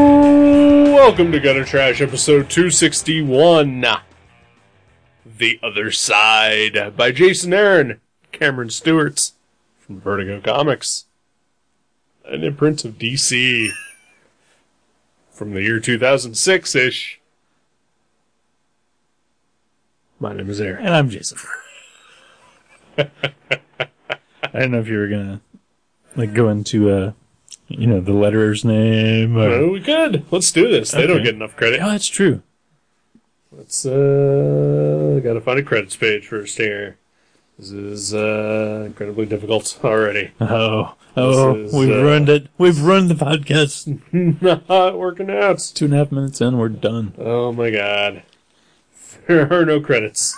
Welcome to Gutter Trash, episode 261. The Other Side by Jason Aaron, Cameron Stewart's from Vertigo Comics. An imprint of DC from the year 2006 ish. My name is Aaron. And I'm Jason. I didn't know if you were gonna like go into uh you know the letterer's name or Well, we could. Let's do this. They don't Okay. get enough credit. Oh, that's true. Let's uh gotta find a credits page first here. This is uh incredibly difficult already. Oh, oh, This is, we've uh, ruined it. We've ruined the podcast. Not working out. Two and a half minutes in, we're done. Oh my god. There are no credits.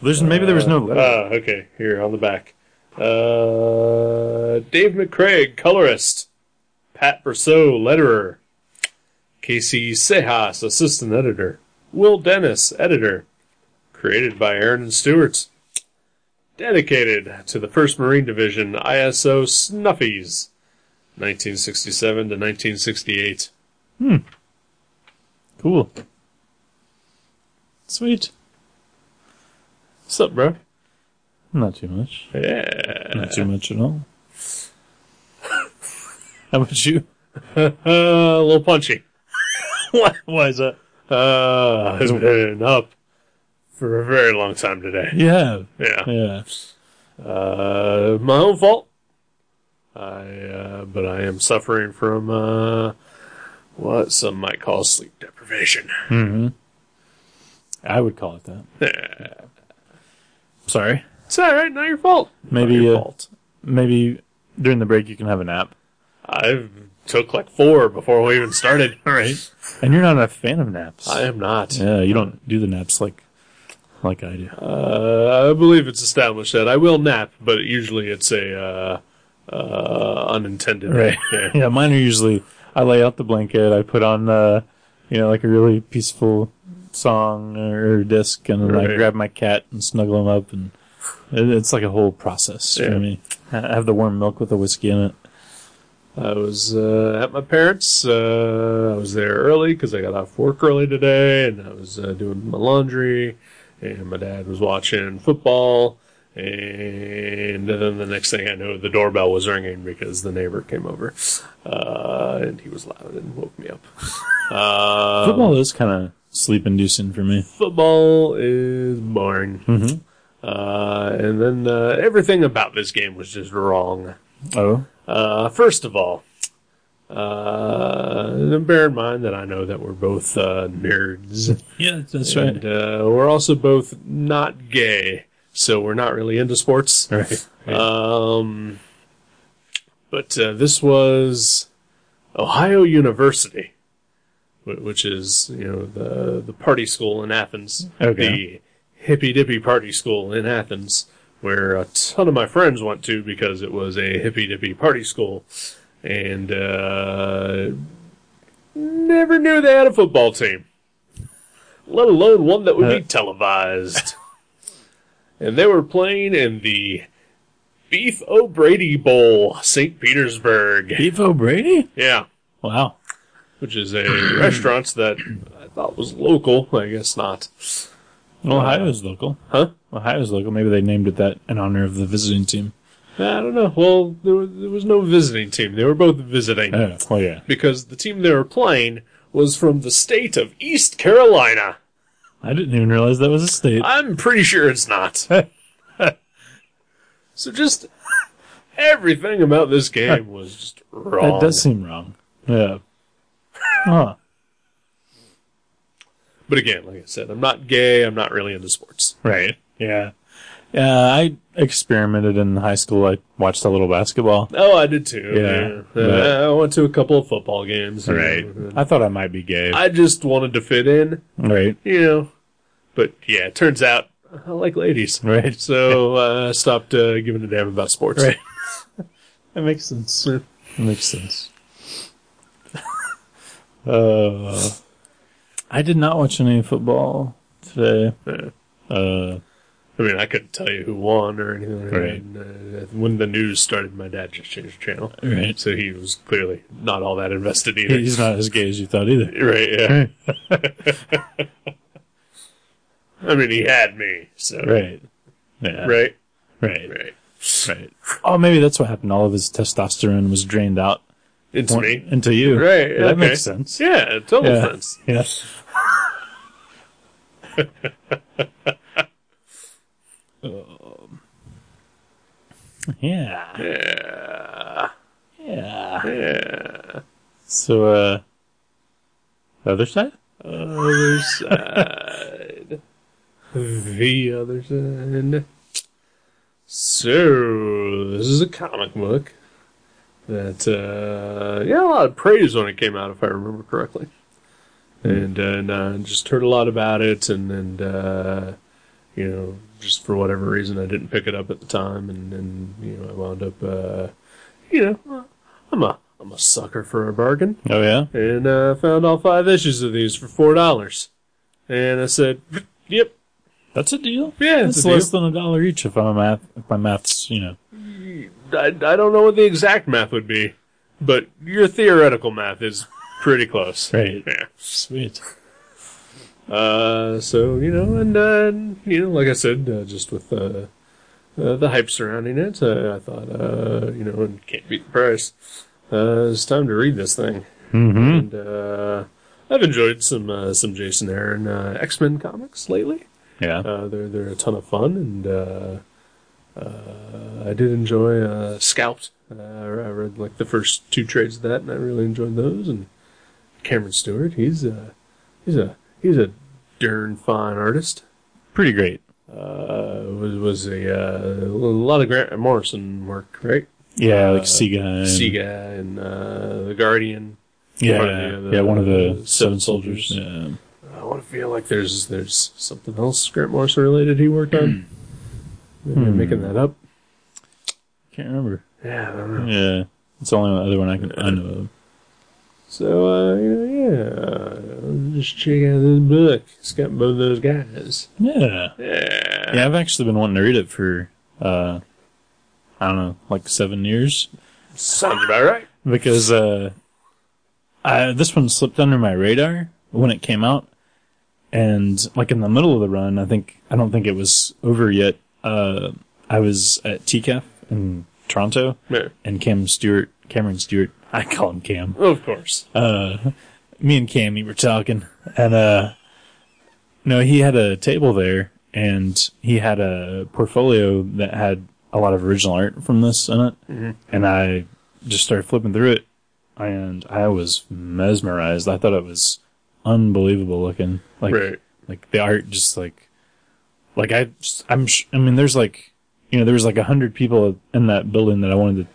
There's maybe there was no Ah, letter. okay. Here on the back. Uh Dave McCraig, colorist. Pat Brousseau, letterer. Casey Sejas, assistant editor. Will Dennis, editor. Created by Aaron and Stewart. Dedicated to the 1st Marine Division, ISO Snuffies, 1967 to 1968. cool. Sweet. What's up, bro? Not too much. Yeah. Not too much at all. How about you? Uh, a little punchy. Why, why is that? Uh, has been up for a very long time today. Yeah, Yeah. yeah. Uh, my own fault. I, uh, but I am suffering from, uh, what some might call sleep deprivation. hmm I would call it that. it's Sorry. alright, not your fault. Maybe, Not your uh, fault. Maybe during the break you can have a nap. I took like four before we even started. All right. And you're not a fan of naps. I am not. yeah, you don't do the naps like like I do. Uh, I believe it's established that I will nap, but usually it's a, uh, uh, unintended. Yeah. yeah, mine are usually I lay out the blanket, I put on uh you know like a really peaceful song or disc and then I Right. grab my cat and snuggle him up and it- it's like a whole process Yeah. for me. I have the warm milk with the whiskey in it. I was uh, at my parents. Uh, I was there early because I got off work early today, and I was uh, doing my laundry, and my dad was watching football. And then the next thing I know, the doorbell was ringing because the neighbor came over, uh, and he was loud and woke me up. Uh, Football is kind of sleep inducing for me. football is boring, Mhm. uh, and then uh, everything about this game was just wrong. Oh. Uh, first of all, uh, and bear in mind that I know that we're both uh, nerds. Yeah, that's And uh, we're also both not gay, so we're not really into sports. Right. Um, but uh, this was Ohio University, wh- which is you know the the party school in Athens, Okay. the hippy dippy party school in Athens, where a ton of my friends went to because it was a hippy dippy party school, and uh, never knew they had a football team, let alone one that would be Uh. televised. and they were playing in the Beef O'Brady Bowl, St. Petersburg. Beef O'Brady? Yeah, Wow. which is a restaurant that I thought was local. I guess not. Ohio's local. Huh? Ohio's local. Maybe they named it that in honor of the visiting team. I don't know. Well, there was, there was no visiting team. They were both visiting Oh, well, yeah. because the team they were playing was from the state of East Carolina. I didn't even realize that was a state. I'm pretty sure it's not. so just everything about this game was just wrong. that does seem wrong. Yeah. Huh. But again, like I said, I'm not gay. I'm not really into sports. Right. Yeah. Uh, I experimented in high school. I watched a little basketball. Oh, I did too. Yeah. yeah. Uh, Yeah. I went to a couple of football games. you know, and I thought I might be gay. I just wanted to fit in, right. you know. But yeah, it turns out I like ladies. Right. So uh, I stopped uh, giving a damn about sports. Right. That makes sense. That makes sense. uh, I did not watch any football today. Yeah. Uh, I mean, I couldn't tell you who won or anything like Right. that. And, uh, when the news started, my dad just changed the channel. right. So he was clearly not all that invested either. He's not as gay as you thought either. right, yeah. I mean, he had me. So, Right. Yeah. right, Right. right. Right. Oh, maybe that's what happened. All of his testosterone was drained out It's One- me. into you. Right. That okay. makes sense. Yeah, total Yeah. sense. Yeah. Um, yeah. Yeah. Yeah. Yeah. So, uh, the other side? Other side. The other side. So, this is a comic book that, uh, yeah, a lot of praise when it came out, if I remember correctly. And, uh, and uh, just heard a lot about it, and, and uh, you know, just for whatever reason, I didn't pick it up at the time, and, and you know, I wound up, uh, you know, I'm a, I'm a sucker for a bargain Oh, yeah? and uh, found all five issues of these for four dollars. And I said, "Yep, That's a deal. yeah, That's it's a less deal." than a dollar each if I'm a math, if my math's, you know. I, I don't know what the exact math would be, but your theoretical math is pretty close. Right. Yeah. Sweet. Uh, so you know, and uh, you know, like I said, uh, just with uh, uh, the hype surrounding it, uh, I thought, uh, you know, and can't beat the price. Uh, it's time to read this thing, Mm-hmm. and uh, I've enjoyed some uh, some Jason Aaron uh, X Men comics lately. Yeah. Uh, they're they're a ton of fun, and uh, uh, I did enjoy uh, Scalped. Uh, I read like the first two trades of that, and I really enjoyed those. And Cameron Stewart, he's a he's a he's a darn fine artist. Pretty great. Uh, was was a, uh, a lot of Grant Morrison work, right? Yeah, Uh, like Sega. and- Sega and uh, the Guardian. Yeah. One of the- the- yeah, one of the the Seven Seven Soldiers. Yeah. I want to feel like there's there's something else Grant Morrison related he worked on. Maybe I'm making that up. Can't remember. Yeah, I don't know. Yeah. It's the only other one I can I know of. So, uh, you know, yeah, just check out this book. It's got both those guys. Yeah. Yeah. Yeah, I've actually been wanting to read it for, uh, I don't know, like seven years Sounds about right. because uh, I, this one slipped under my radar when it came out, and like in the middle of the run, I think I don't think it was over yet. Uh, I was at TCAF in Toronto, Yeah. and Cam Stewart, Cameron Stewart, I call him Cam. Of course. uh, me and Cammy were talking, and uh, no, he had a table there, and he had a portfolio that had a lot of original art from this in it, and I just started flipping through it, and I was mesmerized. I thought it was unbelievable looking, like Right. like the art, just like like I I'm sh- I mean, there's like you know, there was like a hundred people in that building that I wanted to.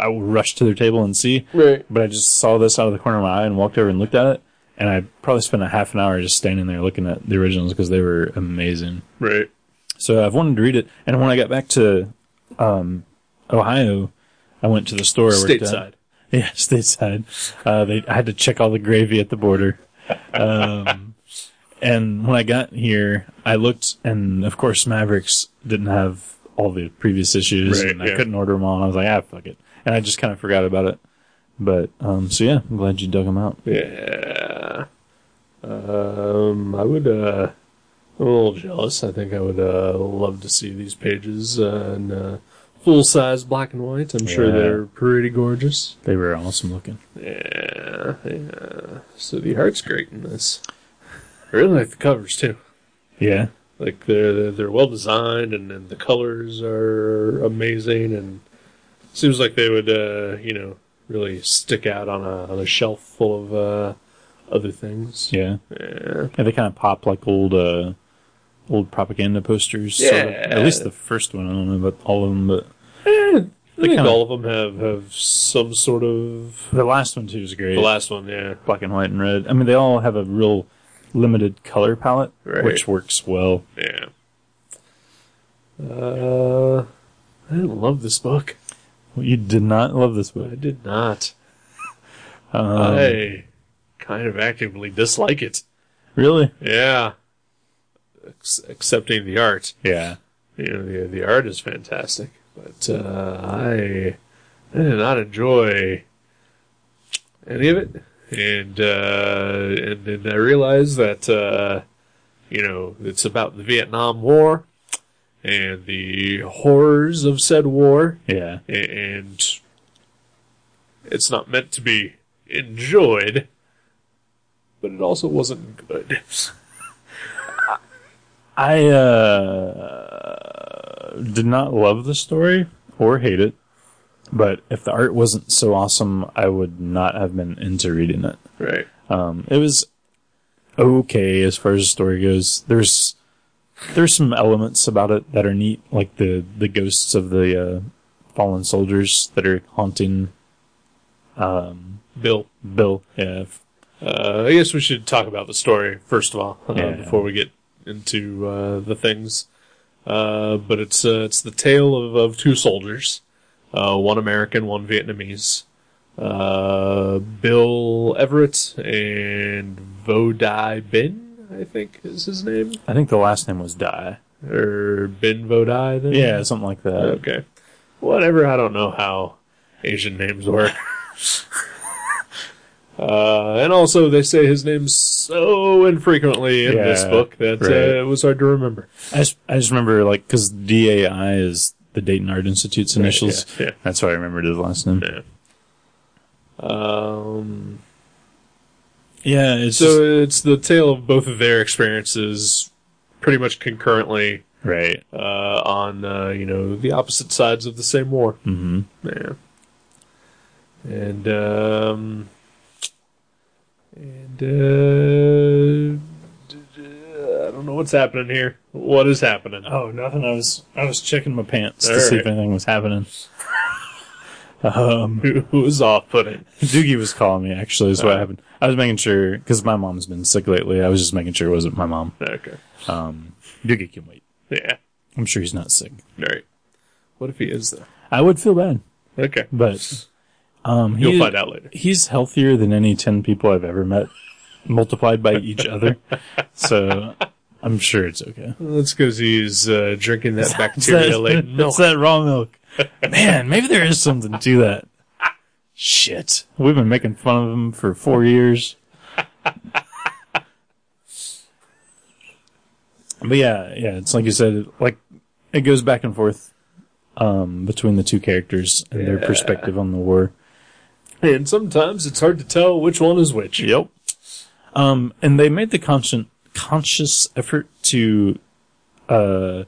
I rushed to their table and see, Right. but I just saw this out of the corner of my eye and walked over and looked at it. And I probably spent a half an hour just standing there looking at the originals because they were amazing. Right. So I've wanted to read it. And when I got back to um, Ohio, I went to the store. I worked at- Stateside. Yeah, stateside. Uh, they, I had to check all the gravy at the border. Um, and when I got here, I looked, and of course, Mavericks didn't have all the previous issues, Right, and I yeah. couldn't order them all. And I was like, ah, fuck it. And I just kind of forgot about it. But um, so yeah, I'm glad you dug them out. Yeah. Um, I would, uh, I'm a little jealous. I think I would, uh, love to see these pages, uh, in, uh, full size black and white. I'm sure Yeah. they're pretty gorgeous. They were awesome looking. Yeah. Yeah. So the art's great in this. I really like the covers too. Yeah, like they're they're- they're well designed and, and the colors are amazing and seems like they would uh you know really stick out on a on a shelf full of uh other things yeah. yeah And they kind of pop like old, uh, old propaganda posters. Yeah. of. At least the first one. I don't know about all of them, but Eh, I think kinda- all of them have, have some sort of. the last one too is great. The last one, yeah. black and white and red. I mean, they all have a real limited color palette, Right. which works well. Yeah. Uh, I didn't love this book. You did not love this I book. did not. Um, Uh, I kind of actively dislike it. Really? Yeah. Ex- accepting the art. Yeah. You know, the, the art is fantastic. But uh, I, I did not enjoy any of it. And, uh, and then I realized that, uh, you know, it's about the Vietnam War and the horrors of said war Yeah. and it's not meant to be enjoyed, but it also wasn't good. I uh, did not love the story or hate it, but if the art wasn't so awesome, I would not have been into reading it. Right. Um, it was okay as far as the story goes. There's there's some elements about it that are neat, like the the ghosts of the uh, fallen soldiers that are haunting Bill, Bill. Yeah, f- uh, I guess we should talk about the story first of all uh, Yeah. before we get into uh, the things. Uh, but it's uh, it's the tale of, of two soldiers, uh, one American, one Vietnamese. Uh, Bill Everett and Vodai Bin, I think is his name, I think the last name was Die. or Bin Vodai. Then Yeah, something like that. Okay. Whatever, I don't know how Asian names work. uh, and also, they say his name so infrequently in this Yeah, book that right. uh, it was hard to remember. I just, I just remember like because DAI is the Dayton Art Institute's initials. yeah, yeah. That's why I remembered his last name. Yeah. Um, Yeah, it's so it's the tale of both of their experiences pretty much concurrently just- right. uh, on, uh, you know, the opposite sides of the same war. hmm Yeah. And um and uh d- d- I don't know what's happening here. What is happening? Oh, nothing. I was I was checking my pants All to see if right. anything was happening. um, Who Who's off putting? Doogie was calling me. Actually, is what All right. happened. I was making sure because my mom's been sick lately. I was just making sure it wasn't my mom. Okay. Um, Doogie can wait. Yeah. I'm sure he's not sick. All right. What if he is though? I would feel bad, Okay. but um, You'll he- find out later. he's healthier than any 10 people I've ever met multiplied by each other. So I'm sure it's okay. That's because he's uh, drinking that It's bacteria that, laden milk. it's that raw milk. Man, maybe there is something to that. Shit. We've been making fun of him for four years. but yeah, yeah, it's like you said, like it goes back and forth um, between the two characters and their perspective on the war. And sometimes it's hard to tell which one is which. Yep. Um, and they made the conscient, conscious effort to, uh,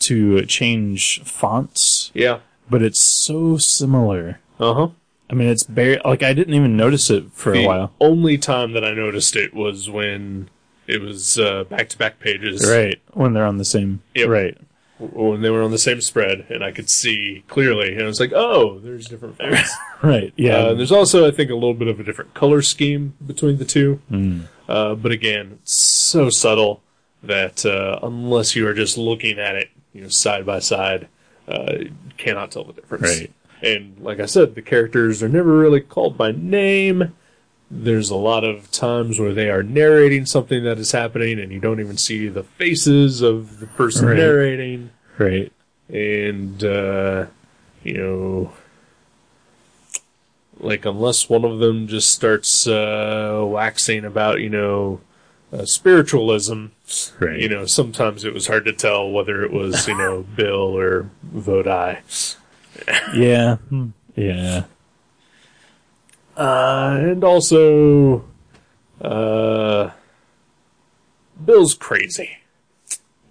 to change fonts, Yeah. but it's so similar. Uh huh. I mean, it's bare, like I didn't even notice it for a The while. only time that I noticed it was when it was uh, back-to-back pages. Right. When they're on the same. Yep. Right. when they were on the same spread, and I could see clearly, and I was like, "Oh, there's different fonts." Right. Yeah. uh, and there's also, I think, a little bit of a different color scheme between the two. Hmm. Uh, but again, it's so subtle that uh, unless you are just looking at it, you know, side by side, uh, you cannot tell the difference. Right. And like I said, the characters are never really called by name. There's a lot of times where they are narrating something that is happening, and you don't even see the faces of the person Right. narrating right. and uh, you know, like unless one of them just starts uh, waxing about you know uh, spiritualism, Right. you know, sometimes it was hard to tell whether it was you know Bill or Vodai, Yeah. Hmm. Yeah. uh, and also uh, Bill's crazy.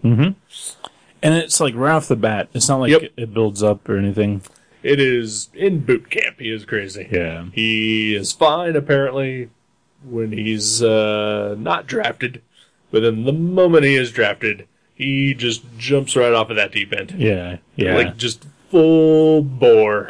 And it's like right off the bat. It's not like Yep. it builds up or anything. It is in boot camp. He is crazy. Yeah. He is fine apparently when he's uh, not drafted, But then the moment he is drafted, he just jumps right off of that deep end. Yeah. Yeah. Like just full bore.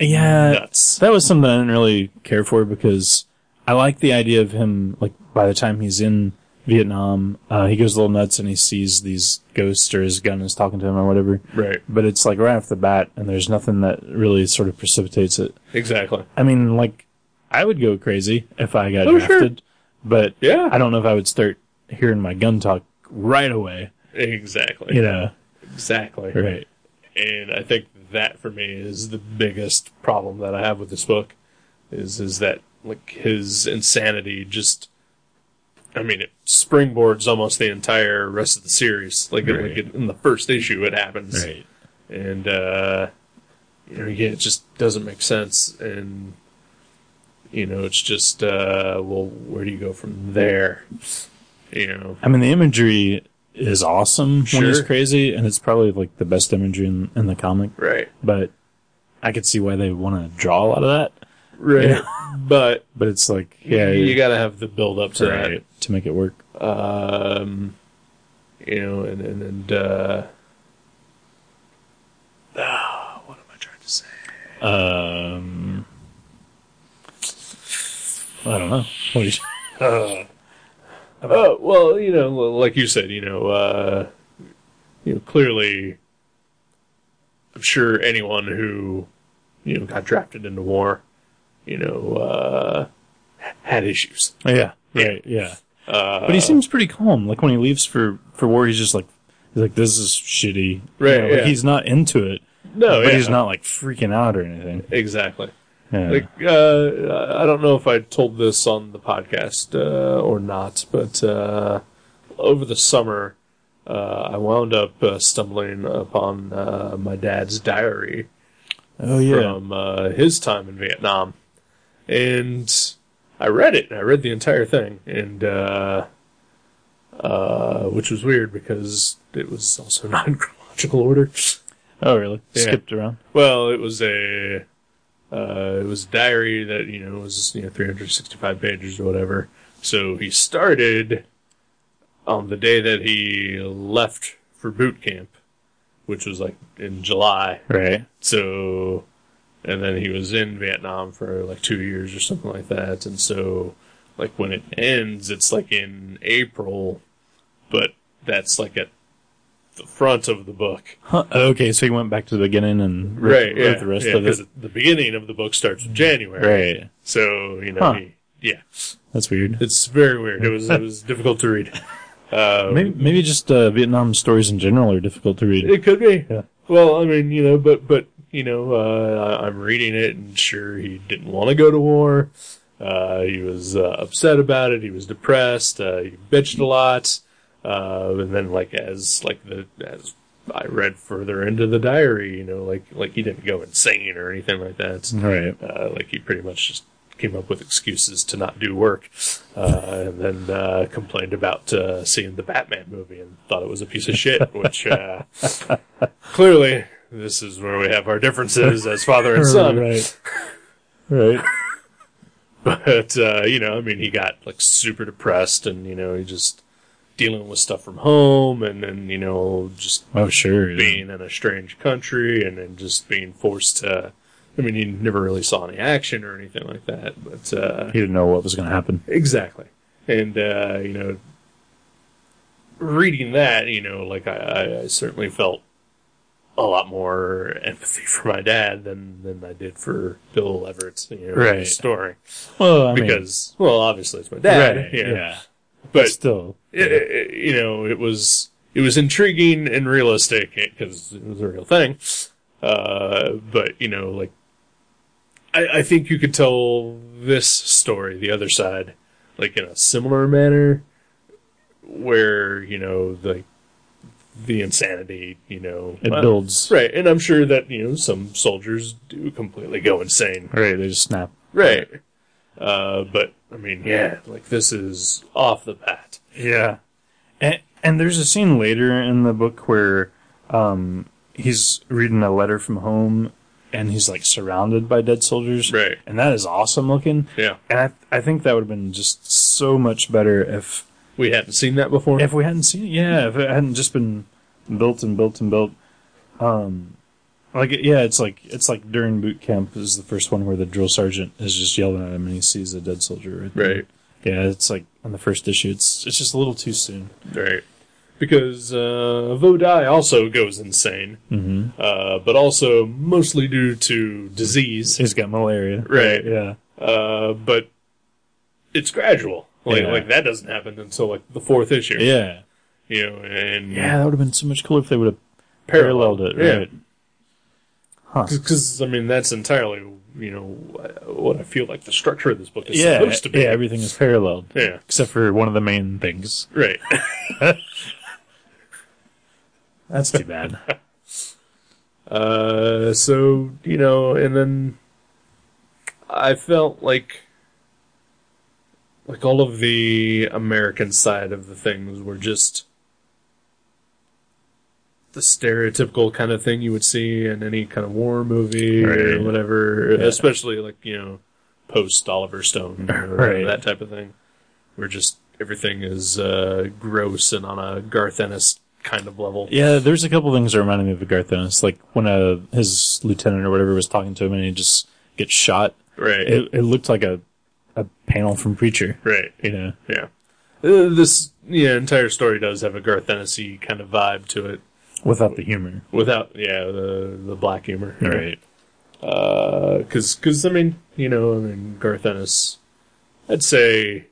yeah. nuts. That was something I didn't really care for because I like the idea of him, like, by the time he's in Vietnam, uh, he goes a little nuts and he sees these ghosts or his gun is talking to him or whatever. Right. But it's like right off the bat and there's nothing that really sort of precipitates it. Exactly. I mean, like, I would go crazy if I got Oh, sure. drafted, but Yeah. I don't know if I would start hearing my gun talk right away, Exactly. you know? Exactly. Right. and I think that for me is the biggest problem that I have with this book is is that like his insanity just I mean it springboards almost the entire rest of the series like, it- like Right. it, in the first issue it happens Right. and uh you know again it just doesn't make sense and you know it's just uh well where do you go from there you know I mean, the imagery is awesome when he's Sure. crazy, and it's probably like the best imagery in, in the comic. right But I could see why they want to draw a lot of that. right but But it's like, yeah, you got to have the build up to that to, to make it work. um, you know, and and, and uh, ah, what am I trying to say? Um, I don't know. What do you, Oh well, you know, well, like you said, you know, uh, you know, clearly, I'm sure anyone who you know got drafted into war, you know, uh, had issues. yeah, Yeah. right, yeah. Uh, But he seems pretty calm. Like when he leaves for for war, he's just like, he's like, this is shitty. Right, You know, like yeah. he's not into it, no, but yeah, he's not like freaking out or anything. exactly. Yeah. Like uh, I don't know if I told this on the podcast uh, or not, but uh, over the summer uh, I wound up uh, stumbling upon uh, my dad's diary oh yeah. from uh, his time in Vietnam, and I read it. I read the entire thing, and uh, uh, which was weird because it was also not in chronological order. oh really? Yeah. Skipped around. Well, it was a uh, it was a diary that you know was you know 365 pages or whatever. So he started on the day that he left for boot camp, which was like in July. Right. So, and then he was in Vietnam for like two years or something like that. And so, like when it ends, it's like in April, but that's like at the front of the book. Huh, okay, so he went back to the beginning and wrote, right wrote yeah, the rest yeah, of it. 'cause Mm-hmm. the beginning of the book starts in january Right. so you know Huh. he- yeah That's weird. it's very weird it was it was difficult to read uh, Maybe, maybe just uh, Vietnam stories in general are difficult to read. it could be Yeah. well i mean you know but but you know uh, I, i'm reading it and sure he didn't want to go to war uh, he was uh, upset about it he was depressed uh, he bitched a lot uh, and then like as like the as i read further into the diary you know like like he didn't go insane or anything like that Right. uh, like he pretty much just came up with excuses to not do work, uh, and then uh, complained about uh, seeing the Batman movie and thought it was a piece of shit. Which uh, clearly, this is where we have our differences as father and son. Right. Right. But uh, you know, I mean, he got like super depressed, and you know, he just dealing with stuff from home, and then you know, just Oh, sure. yeah. being in a strange country and then just being forced to. I mean, he never really saw any action or anything like that, but uh, He didn't know what was going to happen. Exactly. And, uh, you know, reading that, you know, like I, I, I certainly felt a lot more empathy for my dad than, than I did for Bill Everett's you know, Right. story. Well, I Because, well, obviously it's my mean, dad. right, you know. yeah. But, still, it, it, you know, it was, it was intriguing and realistic because it was a real thing. Uh, but, you know, like, I, I think you could tell this story, the other side, like in a similar manner, where you know the the insanity, you know, it well, builds. right. And I'm sure that you know some soldiers do completely go insane, Right. They just snap. right? Uh, but I mean, yeah, like this is off the bat, Yeah. And, and there's a scene later in the book where um, he's reading a letter from home and he's like surrounded by dead soldiers. Right. And that is awesome looking. yeah, And I, I think that would have been just so much better if we hadn't seen that before. If we hadn't seen it, yeah, if it hadn't just been built and built and built, um, like yeah, it's like it's like during boot camp is the first one where the drill sergeant is just yelling at him and he sees a dead soldier. Right. there. Right. Yeah, it's like on the first issue. It's it's just a little too soon. Right. Because uh, Vodai also goes insane, Mm-hmm. uh, but also mostly due to disease. He's got malaria. Right. Yeah. Uh, but it's gradual. Like, Yeah. like that doesn't happen until like the fourth issue. Yeah. You know, and Yeah, that would have been so much cooler if they would have Paralleled. paralleled it. Yeah. Right. Huh. Because I mean, that's entirely you know what I feel like the structure of this book is Yeah. supposed to be. Yeah. Everything is paralleled. Yeah. Except for one of the main things. Right. That's too bad. Uh, so you know, and then I felt like like all of the American side of the things were just the stereotypical kind of thing you would see in any kind of war movie or Right. whatever, Yeah. especially like you know post Oliver Stone or Right. that type of thing, where just everything is uh, gross and on a Garth Ennis kind of level. yeah, there's a couple things that reminded me of Garth Ennis. Like when uh, his lieutenant or whatever was talking to him and he just gets shot. Right. It, it looked like a, a panel from Preacher. right. You know? Yeah. Uh, this yeah entire story does have a Garth Ennis kind of vibe to it Without the humor. without yeah the the black humor because because I mean you know I mean Garth Ennis I'd say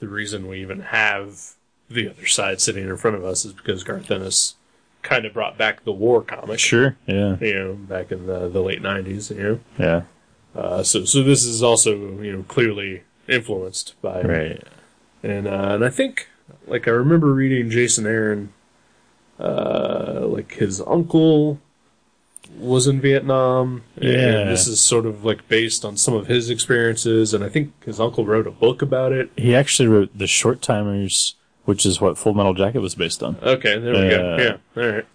the reason we even have the other side sitting in front of us is because Garth Ennis kind of brought back the war comic Sure. Yeah. you know back in the the late nineties you know Yeah. uh, so so this is also you know clearly influenced by Right. and uh, and I think like I remember reading Jason Aaron, uh, like his uncle was in Vietnam. Yeah. and this is sort of like based on some of his experiences, and I think his uncle wrote a book about it. He actually wrote The Short Timers, which is what Full Metal Jacket was based on. Okay, there we go. Yeah. Yeah, all right.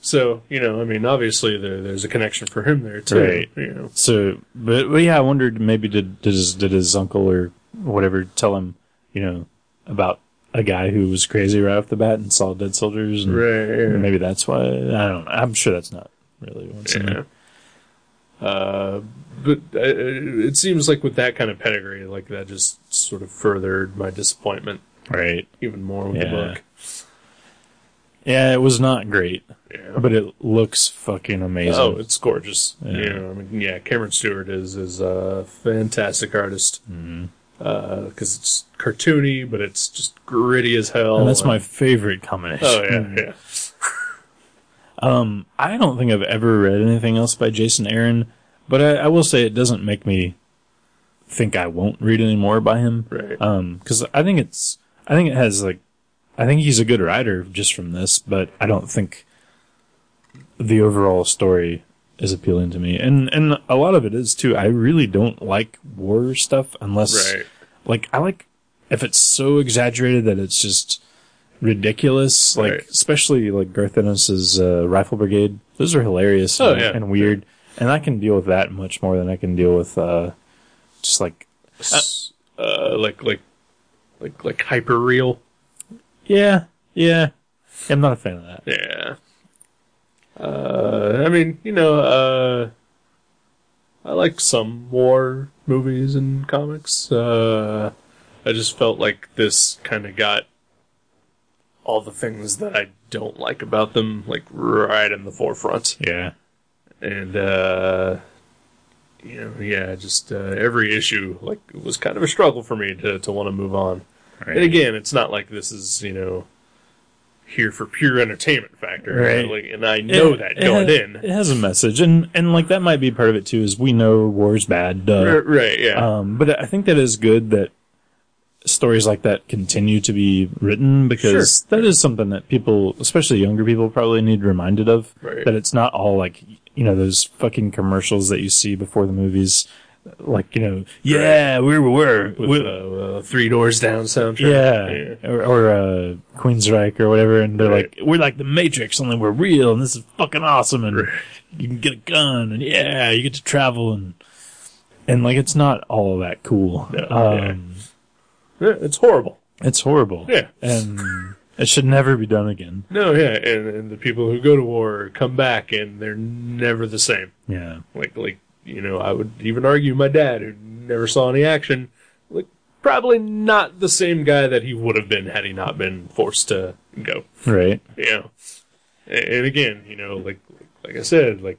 So you know, I mean, obviously there there's a connection for him there too. Right. You know, So, but, but yeah, I wondered maybe did did his, did his uncle or whatever tell him, you know, about a guy who was crazy right off the bat and saw dead soldiers, and right. maybe that's why. I don't. know. I'm sure that's not really what's in Yeah. there. Uh, but uh, it seems like with that kind of pedigree, like that just sort of furthered my disappointment Right. even more with the Yeah. book. Yeah, it was not great, Yeah. but it looks fucking amazing. Oh, it's gorgeous. Yeah. You know, I mean, yeah, Cameron Stewart is is a fantastic artist because Mm-hmm. it's cartoony, but it's just gritty as hell. and that's my Mm. favorite combination. oh yeah, yeah. Um, I don't think I've ever read anything else by Jason Aaron, but I, I will say it doesn't make me think I won't read any more by him. Right. Um, cause I think it's, I think it has like, I think he's a good writer just from this, but I don't think the overall story is appealing to me. And, and a lot of it is too. I really don't like war stuff unless, Right. like, I like if it's so exaggerated that it's just ridiculous, like, Right. especially like Garth Ennis's, uh, Rifle Brigade. Those are hilarious Oh, and, yeah. and weird. And I can deal with that much more than I can deal with, uh, just like, S- Uh, like like like like hyper real. Yeah, yeah. I'm not a fan of that. Yeah. Uh, I mean, you know, uh, I like some war movies and comics. Uh, I just felt like this kind of got all the things that I don't like about them, like right in the forefront. Yeah. And, uh, you know, yeah, just uh, every issue like was kind of a struggle for me to to want to move on. And again, it's not like this is, you know, here for pure entertainment factor. Right. Like, and I know that going has, in. It has a message, and and like that might be part of it too. Is we know war's bad, duh. R- right, yeah. Um, but I think that is good that stories like that continue to be written because that is something that people, especially younger people, probably need reminded of. Right. That it's not all like you know those fucking commercials that you see before the movies, like you know, yeah, we were, we with uh, uh, Three Doors Down soundtrack. Yeah. Or, or uh, Queensryche or whatever. And they're Right. like, we're like the Matrix, only we're real and this is fucking awesome. And you can get a gun and yeah, you get to travel and, and like, it's not all that cool. No, um, Yeah. It's horrible. It's horrible. Yeah. And it should never be done again. No, yeah, and, and the people who go to war come back and they're never the same. Yeah. Like, like you know, I would even argue my dad, who never saw any action, like probably not the same guy that he would have been had he not been forced to go. Right. You know, and, and again, you know, like like I said, like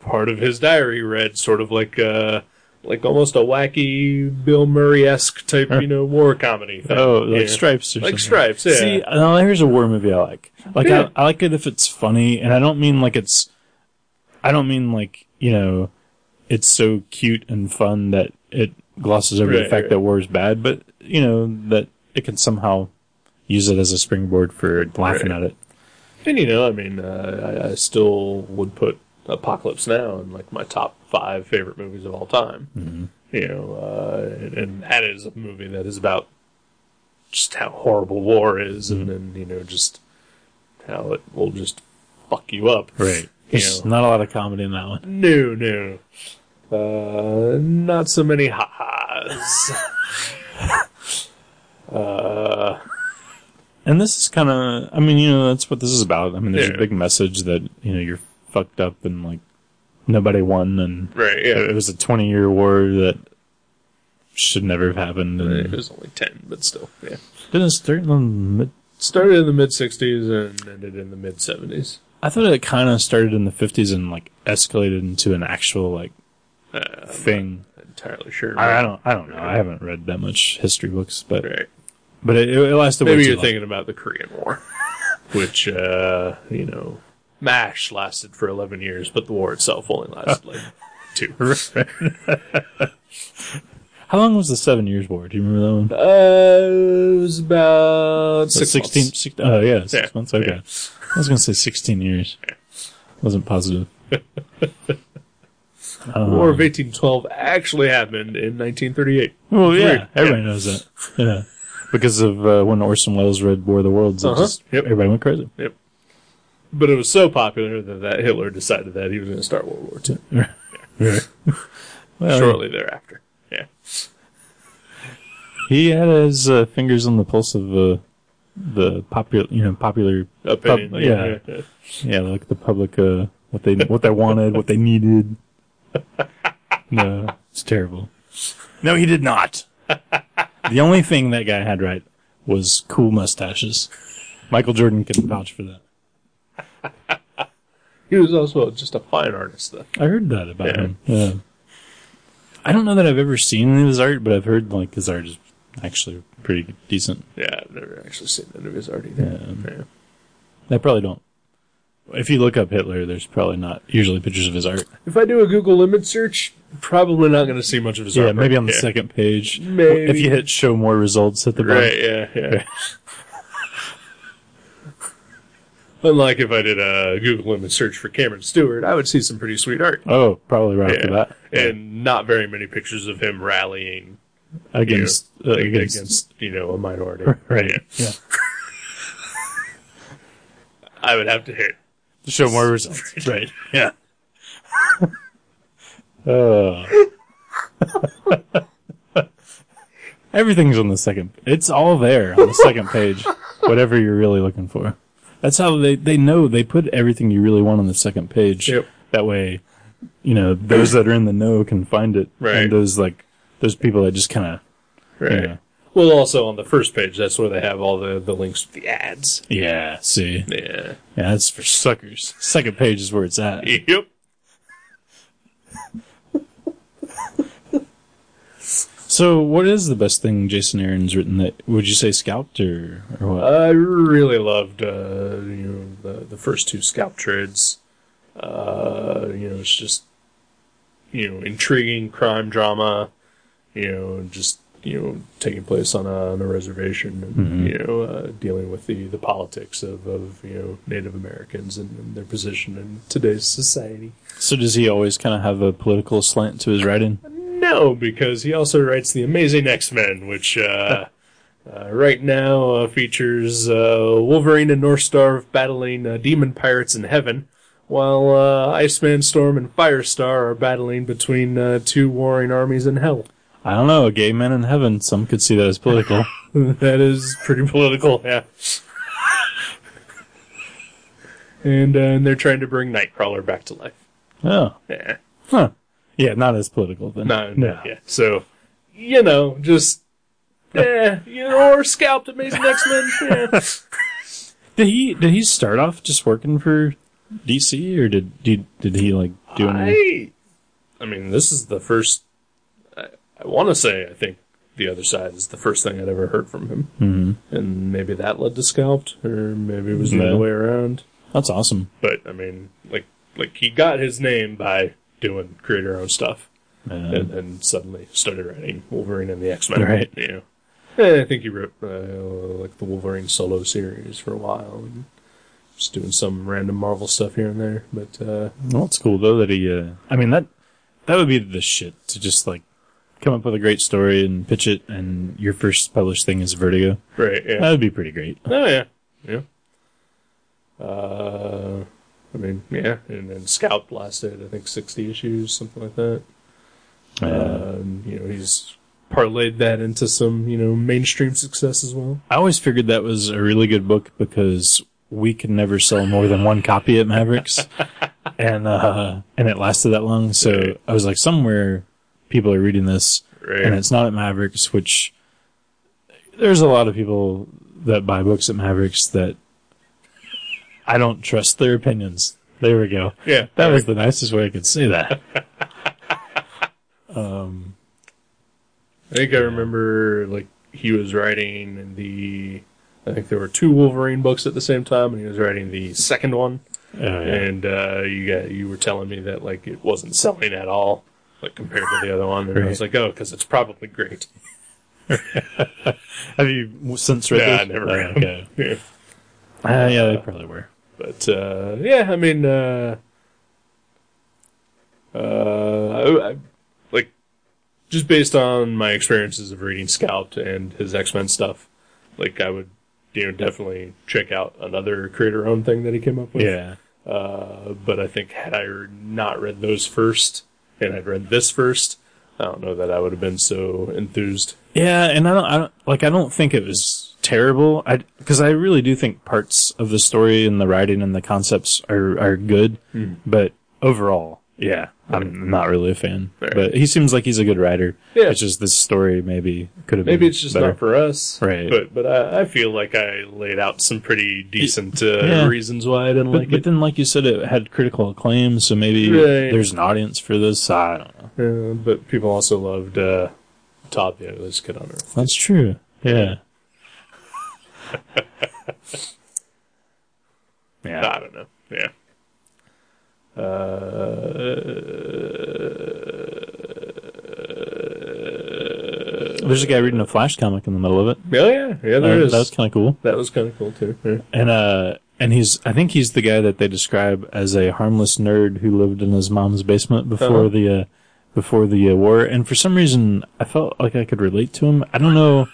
part of his diary read sort of like uh like almost a wacky Bill Murray esque type, you know, war comedy. Uh, thing. Oh, like Yeah. stripes or Like something. Stripes, yeah. See, now here's a war movie I like. Like Yeah. I, I like it if it's funny, and I don't mean like it's. I don't mean like you know, it's so cute and fun that it glosses over the Right, fact right. that war is bad, but you know that it can somehow use it as a springboard for laughing Right. at it. And you know, I mean, uh, I, I still would put Apocalypse Now in like my top five favorite movies of all time. You know, uh, and, and that is a movie that is about just how horrible war is, and and you know, just how it will just fuck you up. Right. You There's know. not a lot of comedy in that one. No, no. Uh, not so many ha-has. uh, And this is kind of, I mean, you know, that's what this is about. I mean, there's Yeah. a big message that, you know, you're fucked up and like nobody won and right, yeah. it was a 20 year war that should never have happened. It And was only 10, but still, yeah. didn't it start in the mid, Started in the mid 60s and ended in the mid 70s. I thought it kind of started in the 50s and like escalated into an actual like Uh, thing. Entirely sure. I, I don't, I don't know. I haven't read that much history books, but, Right. but it, it lasted way Maybe too you're long. thinking about the Korean War, which, uh, you know, MASH lasted for 11 years, but the war itself only lasted like two. How long was the Seven Years War? Do you remember that one? Uh, it was about six 16, months. six- oh, yeah, six Yeah, months. Okay. yeah. I was going to say 16 years. Wasn't positive. The War Um, of 1812 actually happened in 1938. Well, yeah, Weird. everybody knows that. Yeah. Because of uh, when Orson Welles read War of the Worlds, it Uh-huh. just, Yep. everybody went crazy. Yep. But it was so popular that, that Hitler decided that he was going to start World War II Well, shortly thereafter. Yeah. He had his uh, fingers on the pulse of uh, the popular, you know, popular Opinion. pub- yeah, yeah. yeah, like the public, uh, what they what they wanted, what they needed. No, it's terrible. No, he did not. the only thing that guy had right was cool mustaches. Michael Jordan can vouch for that. He was also just a fine artist, though. I heard that about Yeah. him. Yeah. I don't know that I've ever seen his art, but I've heard like his art is actually pretty decent. Yeah, I've never actually seen any of his art either. Yeah. I probably don't. If you look up Hitler, there's probably not usually pictures of his art. If I do a Google image search, probably not going to see much of his Yeah, art. maybe right? on the yeah. second page. Maybe. If you hit show more results at the bottom. Right, yeah, yeah. Unlike if I did a Google image search for Cameron Stewart, I would see some pretty sweet art. Oh, probably right after Yeah. that. And not very many pictures of him rallying you know, Against, uh, ag- against, against you know a minority. Right. Yeah. Yeah. I would have to hit. Show more results. right. Yeah. Everything's on the second. It's all there on the second page. Whatever you're really looking for. That's how they they know they put everything you really want on the second page. Yep. That way, you know those that are in the know can find it, Right. and those like those people that just kind of Right. Yeah. Well, also on the first page, that's where they have all the the links to the ads. yeah see Yeah. yeah that's for suckers. Second page is where it's at. Yep. So what is the best thing Jason Aaron's written? That would you say scalped or or what? I really loved uh, you know the the first two scalp treads. Uh, you know, it's just you know intriguing crime drama. You know, just you know taking place on a, on a reservation, and, you know, uh, dealing with the, the politics of, of you know Native Americans and, and their position in today's society. So does he always kind of have a political slant to his writing? No, because he also writes the Amazing X Men, which uh, uh, right now uh, features uh, Wolverine and North Star battling uh, demon pirates in heaven, while uh, Iceman, Storm, and Firestar are battling between uh, two warring armies in hell. I don't know, a gay man in heaven. Some could see that as political. that is pretty political, yeah. and, uh, and they're trying to bring Nightcrawler back to life. oh, Yeah. huh. Yeah, not as political then. No, no, yeah. So, you know, just, eh, you know, or scalped Amazing X-Men. Yeah. Did he did he start off just working for DC or did did, did he like do any? I, I mean, this is the first. I, I want to say I think the other side is the first thing I'd ever heard from him, Mhm. and maybe that led to scalped, or maybe it was the Yeah. other way around. That's awesome. But I mean, like, like he got his name by doing create your own stuff, Uh, and then suddenly started writing Wolverine and the X Men. Right. You know. And I think he wrote uh, like the Wolverine solo series for a while, and just doing some random Marvel stuff here and there. But uh, well, it's cool though that he. Uh, I mean that that would be the shit to just like come up with a great story and pitch it, and your first published thing is Vertigo. right, yeah. That would be pretty great. Oh yeah, yeah. Uh, I mean, yeah, and then Scout lasted, I think, sixty issues, something like that. Uh, Um, you know, he's parlayed that into some, you know, mainstream success as well. I always figured that was a really good book because we could never sell more than one copy at Mavericks, and uh, and it lasted that long. So Right. I was like, somewhere people are reading this, Right. and it's not at Mavericks, which there's a lot of people that buy books at Mavericks that I don't trust their opinions. There we go. Yeah, That was the nicest way I could say that. I think I remember like he was writing the. I think there were two Wolverine books at the same time, and he was writing the second one. Oh, yeah. And uh, you got you were telling me that like it wasn't selling at all, like compared to the other one. And I was like, oh, because it's probably great. Have you since read Yeah, I those? never Oh, read them. okay. Yeah. Uh, yeah, they probably were. But uh, yeah, I mean, uh, uh, I, I, like just based on my experiences of reading Scout and his X Men stuff, like I would you know, definitely check out another creator owned thing that he came up with. Yeah. Uh, but I think had I not read those first and I'd read this first, I don't know that I would have been so enthused. Yeah, and I don't, I don't like. I don't think it was terrible. I because I really do think parts of the story and the writing and the concepts are are good, Hmm. but overall, yeah, I'm not really a fan. Fair. But he seems like he's a good writer. Yeah. it's just this story maybe could have Maybe been it's just better. not for us, Right. But but I, I feel like I laid out some pretty decent uh, yeah. reasons why I didn't But, like but it. then, like you said, it had critical acclaim, so maybe Right. there's an audience for this. I don't know. Uh, but people also loved uh, Todd, the other kid on Earth. That's true. Yeah. yeah. I don't know. Yeah. There's a guy reading a Flash comic in the middle of it. Oh yeah, yeah. There Uh, is. That was kind of cool. That was kind of cool too. Yeah. And uh, and he's I think he's the guy that they describe as a harmless nerd who lived in his mom's basement before Uh-huh. the uh, before the uh, war. And for some reason, I felt like I could relate to him. I don't know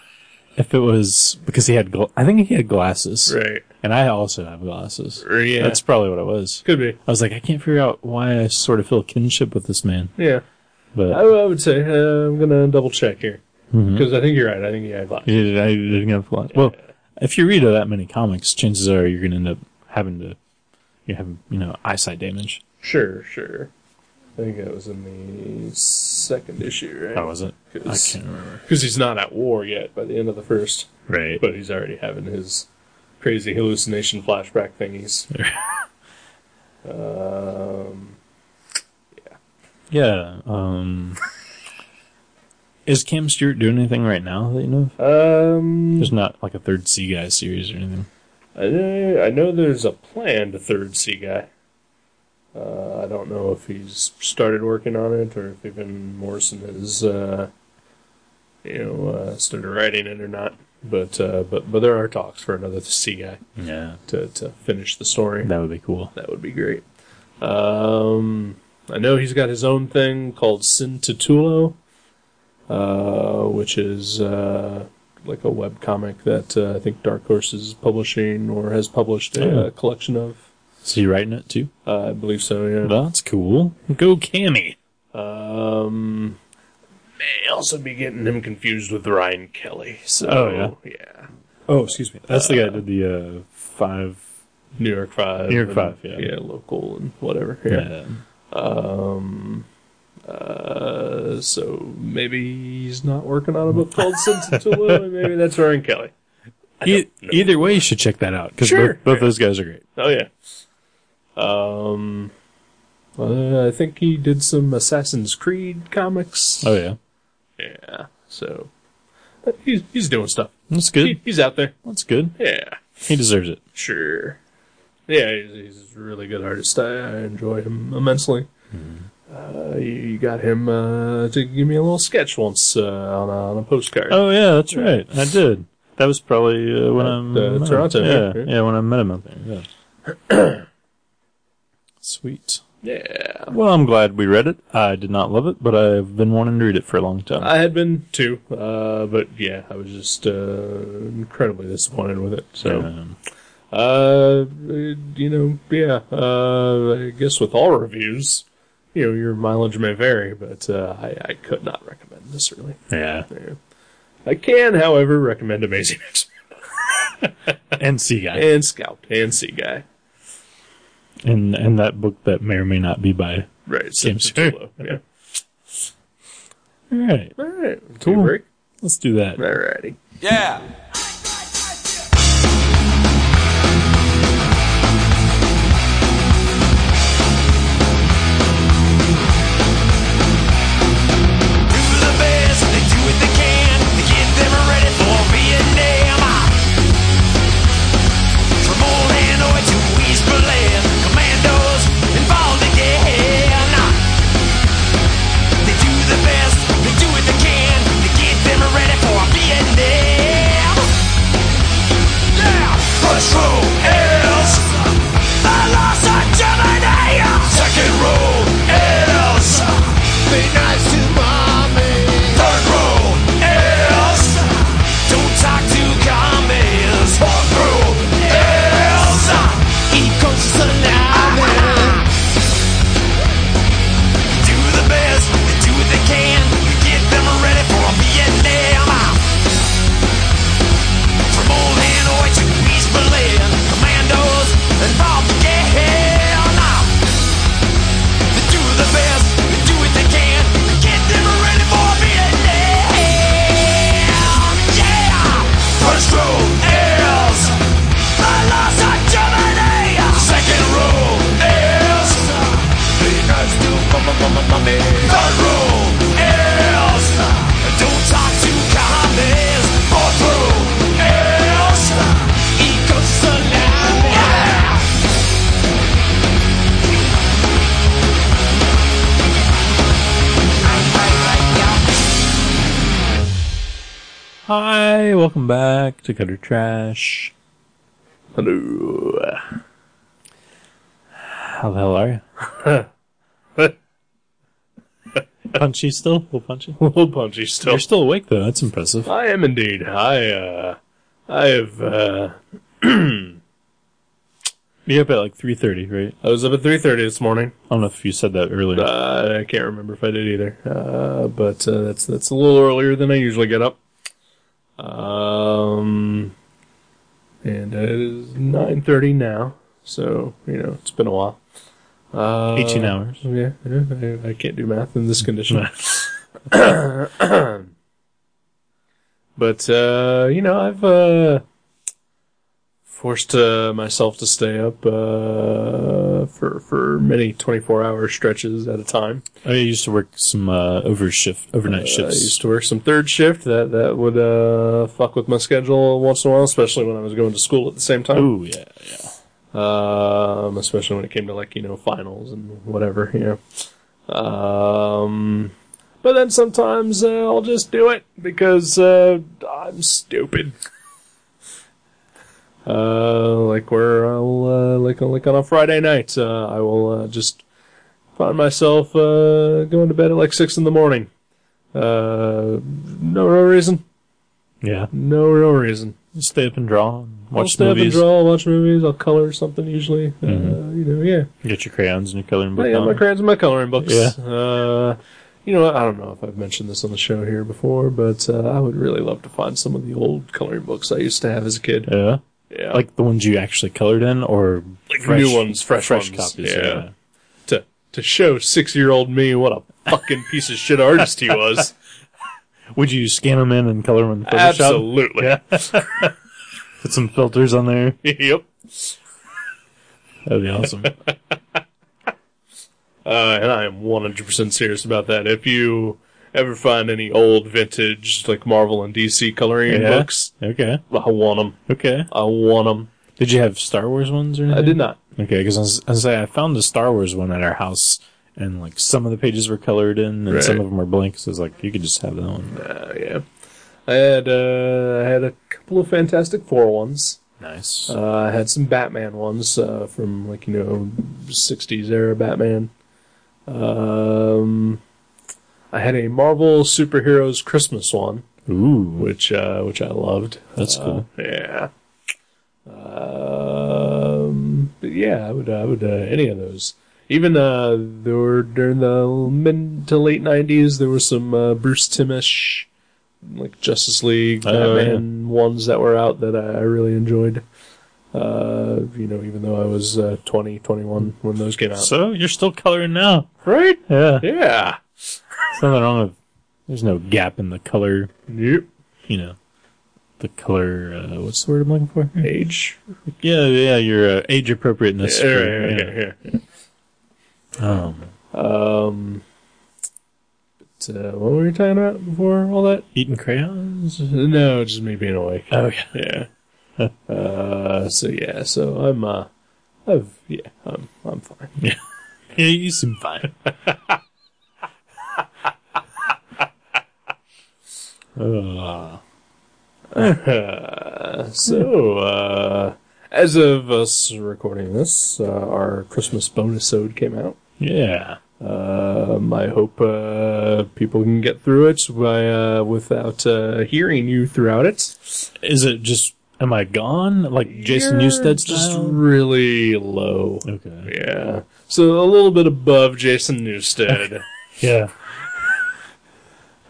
if it was because he had gla- I think he had glasses, Right. and I also have glasses. Or, yeah. That's probably what it was. could be. I was like, I can't figure out why I sort of feel kinship with this man, Yeah. I, but Mm-hmm. I would say uh, I'm gonna double check here because I think you're right. I think you had lots. I didn't, I didn't have a lot. Well, if you read that many comics, chances are you're going to end up having to you have you know eyesight damage. Sure, sure. I think that was in the second issue, right? That was it. I Yes. can't remember. Because he's not at war yet by the end of the first, Right. but he's already having his crazy hallucination flashback thingies. um, yeah. Um, is Cam Stewart doing anything right now that you know? of? um, There's not like a third Sea Guy series or anything. I know, I know there's a planned third sea guy. Uh, I don't know if he's started working on it or if even Morrison has, uh, you know, uh, started writing it or not. But uh, but but there are talks for another sea guy. Yeah. to, to finish the story. That would be cool. That would be great. Um, I know he's got his own thing called Sin Titulo, uh, which is uh, like a webcomic that uh, I think Dark Horse is publishing or has published a Oh. uh, collection of. So you writing it too? Uh, I believe so, yeah. That's cool. Go Cammy. Um, may also be getting him confused with Ryan Kelly. So, Oh, yeah. Oh, excuse me. That's the guy that did the uh, five. New York 5. New York and- Five, yeah. Yeah, local and whatever. Yeah. uh, Uh, so maybe he's not working on a book called Sensatula, and maybe that's Ryan Kelly. e- either way, you should check that out because Sure. both, both those guys are great. Oh yeah. Um, uh, I think he did some Assassin's Creed comics. Oh yeah, Yeah. So uh, he's he's doing stuff. that's He, good. he's out there. That's good. Yeah. He deserves it. Sure. Yeah, he's, he's a really good artist. I, I enjoy him immensely. Mm-hmm. Uh, you, you got him uh, to give me a little sketch once uh, on, a, on a postcard. Oh yeah, that's right. I did. That was probably uh, when At, I'm uh, met Toronto, him. Yeah, right? yeah, when I met him out there. Yeah. Sweet. Yeah. Well, I'm glad we read it. I did not love it, but I've been wanting to read it for a long time. I had been too, uh, but yeah, I was just uh, incredibly disappointed with it. So. Um, Uh, you know, yeah. Uh, I guess with all reviews, you know, your mileage may vary, but uh, I, I could not recommend this really. yeah, Yeah. I can, however, recommend Amazing X-Men NC guy, and Scout and Sea Guy. and and that book that may or may not be by. Right, Same Sensatullo, Yeah. All right, All right. Cool. Cool. Break. let's do that. All righty. Yeah. do the best, they do what they can to get them ready for being damn hot. From Illinois to East Berlin, commandos involved again. They do the best, they do what they can to get them ready for being damn. Yeah, first rule is the loss of Germany. Second rule is be nice to mommy. Third rule is don't talk to commies. Fourth rule is eat kosher salami. do the best, they do what they can to get them ready for Vietnam. From old Hanoi to East Berlin, commandos involved again. They do the best, they do what they can to get them ready for Vietnam. Yeah! First rule is the loss of Germany. Second rule is nice to mama, mama, mommy. Third rule is don't talk to commies. Fourth rule is eat good salami. Yeah. Hi, welcome back to Cutter Trash. Hello. How the hell are you? punchy still? A little punchy. A little punchy still. You're still awake though. That's impressive. I am indeed. I uh, I have uh, You're up at like three thirty, right? I was up at three thirty this morning. I don't know if you said that earlier. Uh, I can't remember if I did either. Uh, but uh, that's that's a little earlier than I usually get up. Um, and it is nine thirty now, so you know it's been a while. Uh, Eighteen hours. Yeah, yeah I, I can't do math in this condition. but uh, you know, I've uh, forced uh, myself to stay up uh, for for many twenty four hour stretches at a time. I used to work some uh, over shift, overnight Uh, I used shifts. to work some third shift. That that would uh, fuck with my schedule once in a while, especially when I was going to school at the same time. Oh yeah, um, especially when it came to like you know finals and whatever you know. Um, but then sometimes uh, I'll just do it because uh, I'm stupid. Uh, like where I'll uh, like like on a Friday night, uh, I will uh, just find myself uh, going to bed at like six in the morning. Uh, no real reason. yeah. No real reason. Just stay up and draw, and I'll watch stay up and movies, Mm-hmm. draw, watch movies. I'll color something usually. Uh, you know, yeah. get your crayons and your coloring book. I got my on. crayons and my coloring books. Yeah. Uh, You know what? I don't know if I've mentioned this on the show here before, but uh, I would really love to find some of the old coloring books I used to have as a kid. Yeah. Yeah, Like the ones you actually colored in, or Like new ones, fresh ones, copies. yeah. to to show six year old me what a fucking piece of shit artist he was. Would you scan them in and color them in Photoshop? Absolutely. Put some filters on there. yep. That'd be awesome. Uh, and I am 100% serious about that. If you ever find any old vintage, like Marvel and DC coloring Yeah. books, okay. I want them. Okay. I want them. Did you have Star Wars ones or anything? I did not. Okay, because I was, I was like, I found the Star Wars one at our house, and like some of the pages were colored in, and some Right. of them were blank. So it's like you could just have that one. Uh, yeah. I had, uh, I had a couple of Fantastic Four ones. Nice. Uh, I had some Batman ones, uh, from like, you know, 60s era Batman. Um, I had a Marvel Superheroes Christmas one. Ooh, which uh, which I loved. That's cool. Uh, yeah. Um, but yeah, I would I would uh, any of those. Even uh, there were during the mid to late '90s, there were some uh, Bruce Timmish, like Justice League Oh, yeah. Batman ones that were out that I, I really enjoyed. Uh, you know, even though I was uh, 20, 21 when those came out, so you're still coloring now? right? Yeah. Yeah. There's nothing wrong with. There's no gap in the color. Yep. You know, the color. Uh, what's the word I'm looking for? Age. Yeah, yeah. Your uh, age appropriateness. Yeah, for, yeah, you know. yeah, yeah. Um, Um, but uh, what were we talking about before all that? eating crayons. No, just me being awake. Oh yeah. Yeah. uh, so yeah, so I'm uh, I've yeah, I'm I'm fine. Yeah, you seem fine. uh, So uh, as of us recording this, uh, our Christmas bonus ode came out. yeah. Um, I hope uh, people can get through it by uh, without uh, hearing you throughout it. Is it just? Am I gone? Like Jason You're Newstead just style? really low. okay. Yeah. So a little bit above Jason Newstead. Yeah.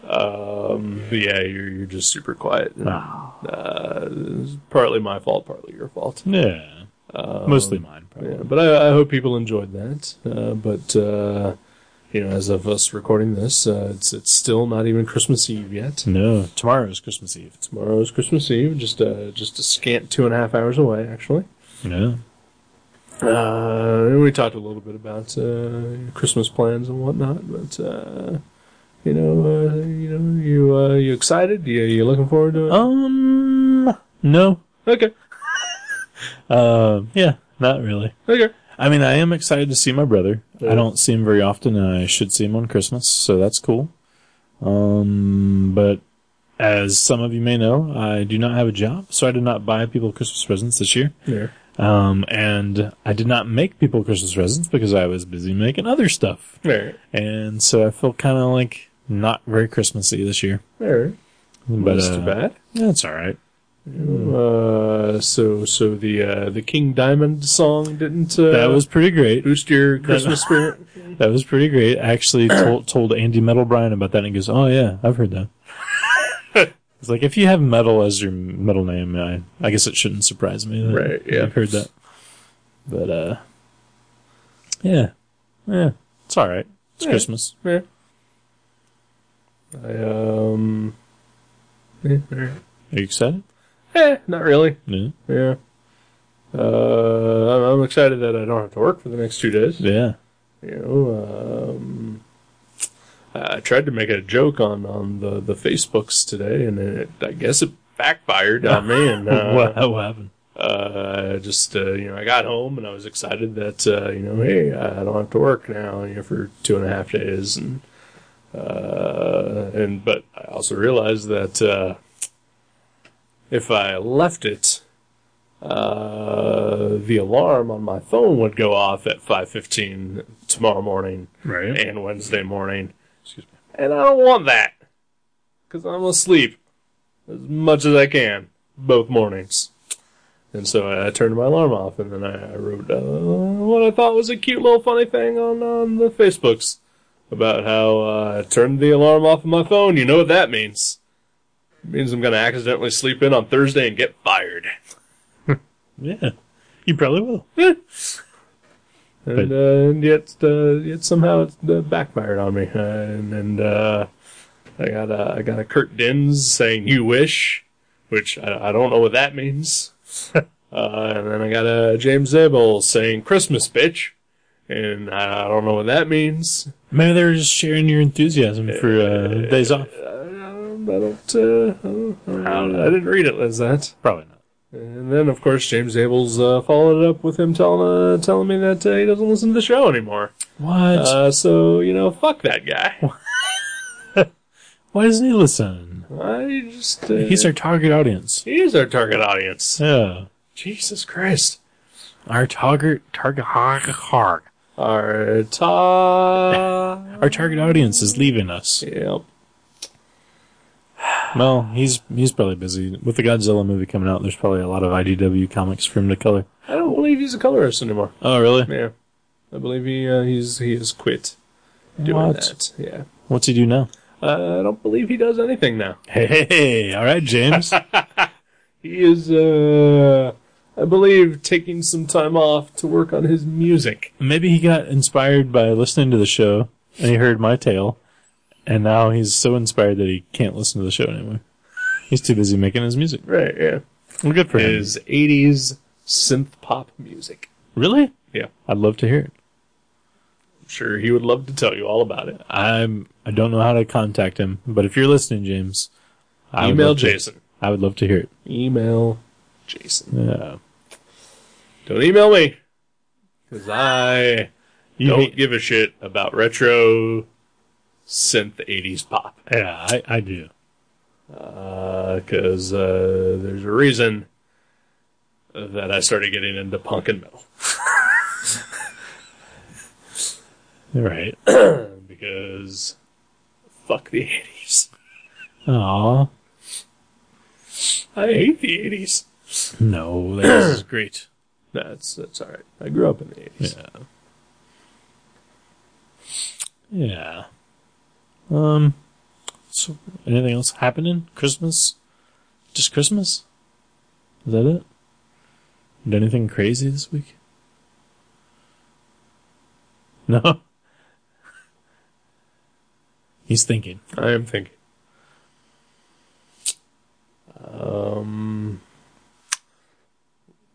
um, but yeah, you're, you're just super quiet. Ah. Uh, it's partly my fault, partly your fault. Yeah. Um, Mostly mine, probably. Yeah, but I, I hope people enjoyed that. Uh, but uh, you know, as of us recording this, uh, it's it's still not even Christmas Eve yet. No, tomorrow is Christmas Eve. Tomorrow is Christmas Eve, just uh, just a scant two and a half hours away, actually. No. Uh, and we talked a little bit about uh, Christmas plans and whatnot, but uh, you know, uh, you know, you uh, you excited? You you looking forward Oh. to it? Um. No. Okay, Um. yeah. Not really. okay, I mean, I am excited to see my brother. Yeah. I don't see him very often, and I should see him on Christmas, so that's cool. Um. But as some of you may know, I do not have a job, so I did not buy people Christmas presents this year. yeah, Um. And I did not make people Christmas presents because I was busy making other stuff, all right, and so I feel kind of like not very Christmassy this year. all right. But That's uh, too bad. That's all right. Uh, so so the uh, the King Diamond song didn't uh, That was pretty great. boost your Christmas spirit. That was pretty great. I actually told, told Andy Metal Brian about that, and he goes, "Oh yeah, I've heard that." it's like if you have metal as your middle name, I, I guess it shouldn't surprise me. That Right, yeah. I've heard that. But uh, yeah, yeah, it's all right. It's Yeah. Christmas. Yeah. I um. Yeah, all right. Are you excited? Eh, not really. Yeah, Yeah. Uh, I'm, I'm excited that I don't have to work for the next two days. yeah. You know, um, I tried to make a joke on, on the, the Facebooks today, and it, I guess it backfired on me. And uh, what, what happened? uh, just uh, you know, I got home and I was excited that uh, you know, hey, I don't have to work now you know, for two and a half days, and uh, and but I also realized that uh, if I left it, uh, the alarm on my phone would go off at five fifteen tomorrow morning Right. and Wednesday morning. Excuse me. And I don't want that because I'm gonna sleep as much as I can both mornings. And so I, I turned my alarm off, and then I, I wrote uh, what I thought was a cute little funny thing on on the Facebooks about how uh, I turned the alarm off of my phone. You know what that means? It means I'm going to accidentally sleep in on Thursday and get fired. Yeah, you probably will. And, uh, and yet, uh, yet somehow it uh, backfired on me. Uh, and and uh, I got a, I got a Kurt Dins saying "You wish," which I, I don't know what that means. uh, and then I got a James Zabel saying "Christmas bitch," and I, I don't know what that means. Maybe they were just sharing your enthusiasm for uh, days off. I don't, uh, I don't, I don't- I didn't read it as that. Probably not. And then, of course, James Abel's uh, followed it up with him telling uh, telling me that uh, he doesn't listen to the show anymore. What? Uh, so you know, fuck that guy. Why doesn't he listen? I just uh, He's our target audience. he is our target audience. Yeah, Jesus Christ, our target target har- har- our ta. our target audience is leaving us. yep. Well, he's he's probably busy with the Godzilla movie coming out. There's probably a lot of IDW comics for him to color. I don't believe he's a colorist anymore. Oh, really? Yeah, I believe he uh, he's he has quit doing What? that. Yeah, What's he do now? uh, I don't believe he does anything now. Hey, hey, hey. all right, James. He is, uh, I believe, taking some time off to work on his music. Maybe he got inspired by listening to the show and he heard my tale, and now he's so inspired that he can't listen to the show anymore. He's too busy making his music. Right, yeah. Well, good for him. His 80s synth pop music. Really? Yeah. I'd love to hear it. I'm sure he would love to tell you all about it. I'm. I don't know how to contact him, but if you're listening, James, I would Email love to- Jason. I would love to hear it. Email Jason. Yeah. Don't email me. Because I You don't hate- give a shit about retro synth 80s pop. yeah, I, I do. Because uh, there's a reason that I started getting into punk and metal. All right. Because fuck the 80s. Aw. I hate the 80s. No, this is great. That's that's all right. I grew up in the 80s. Yeah. Yeah. Um. So, anything else happening? Christmas? Just Christmas? Is that it? Did anything crazy this week? No. He's thinking. I am thinking. Um,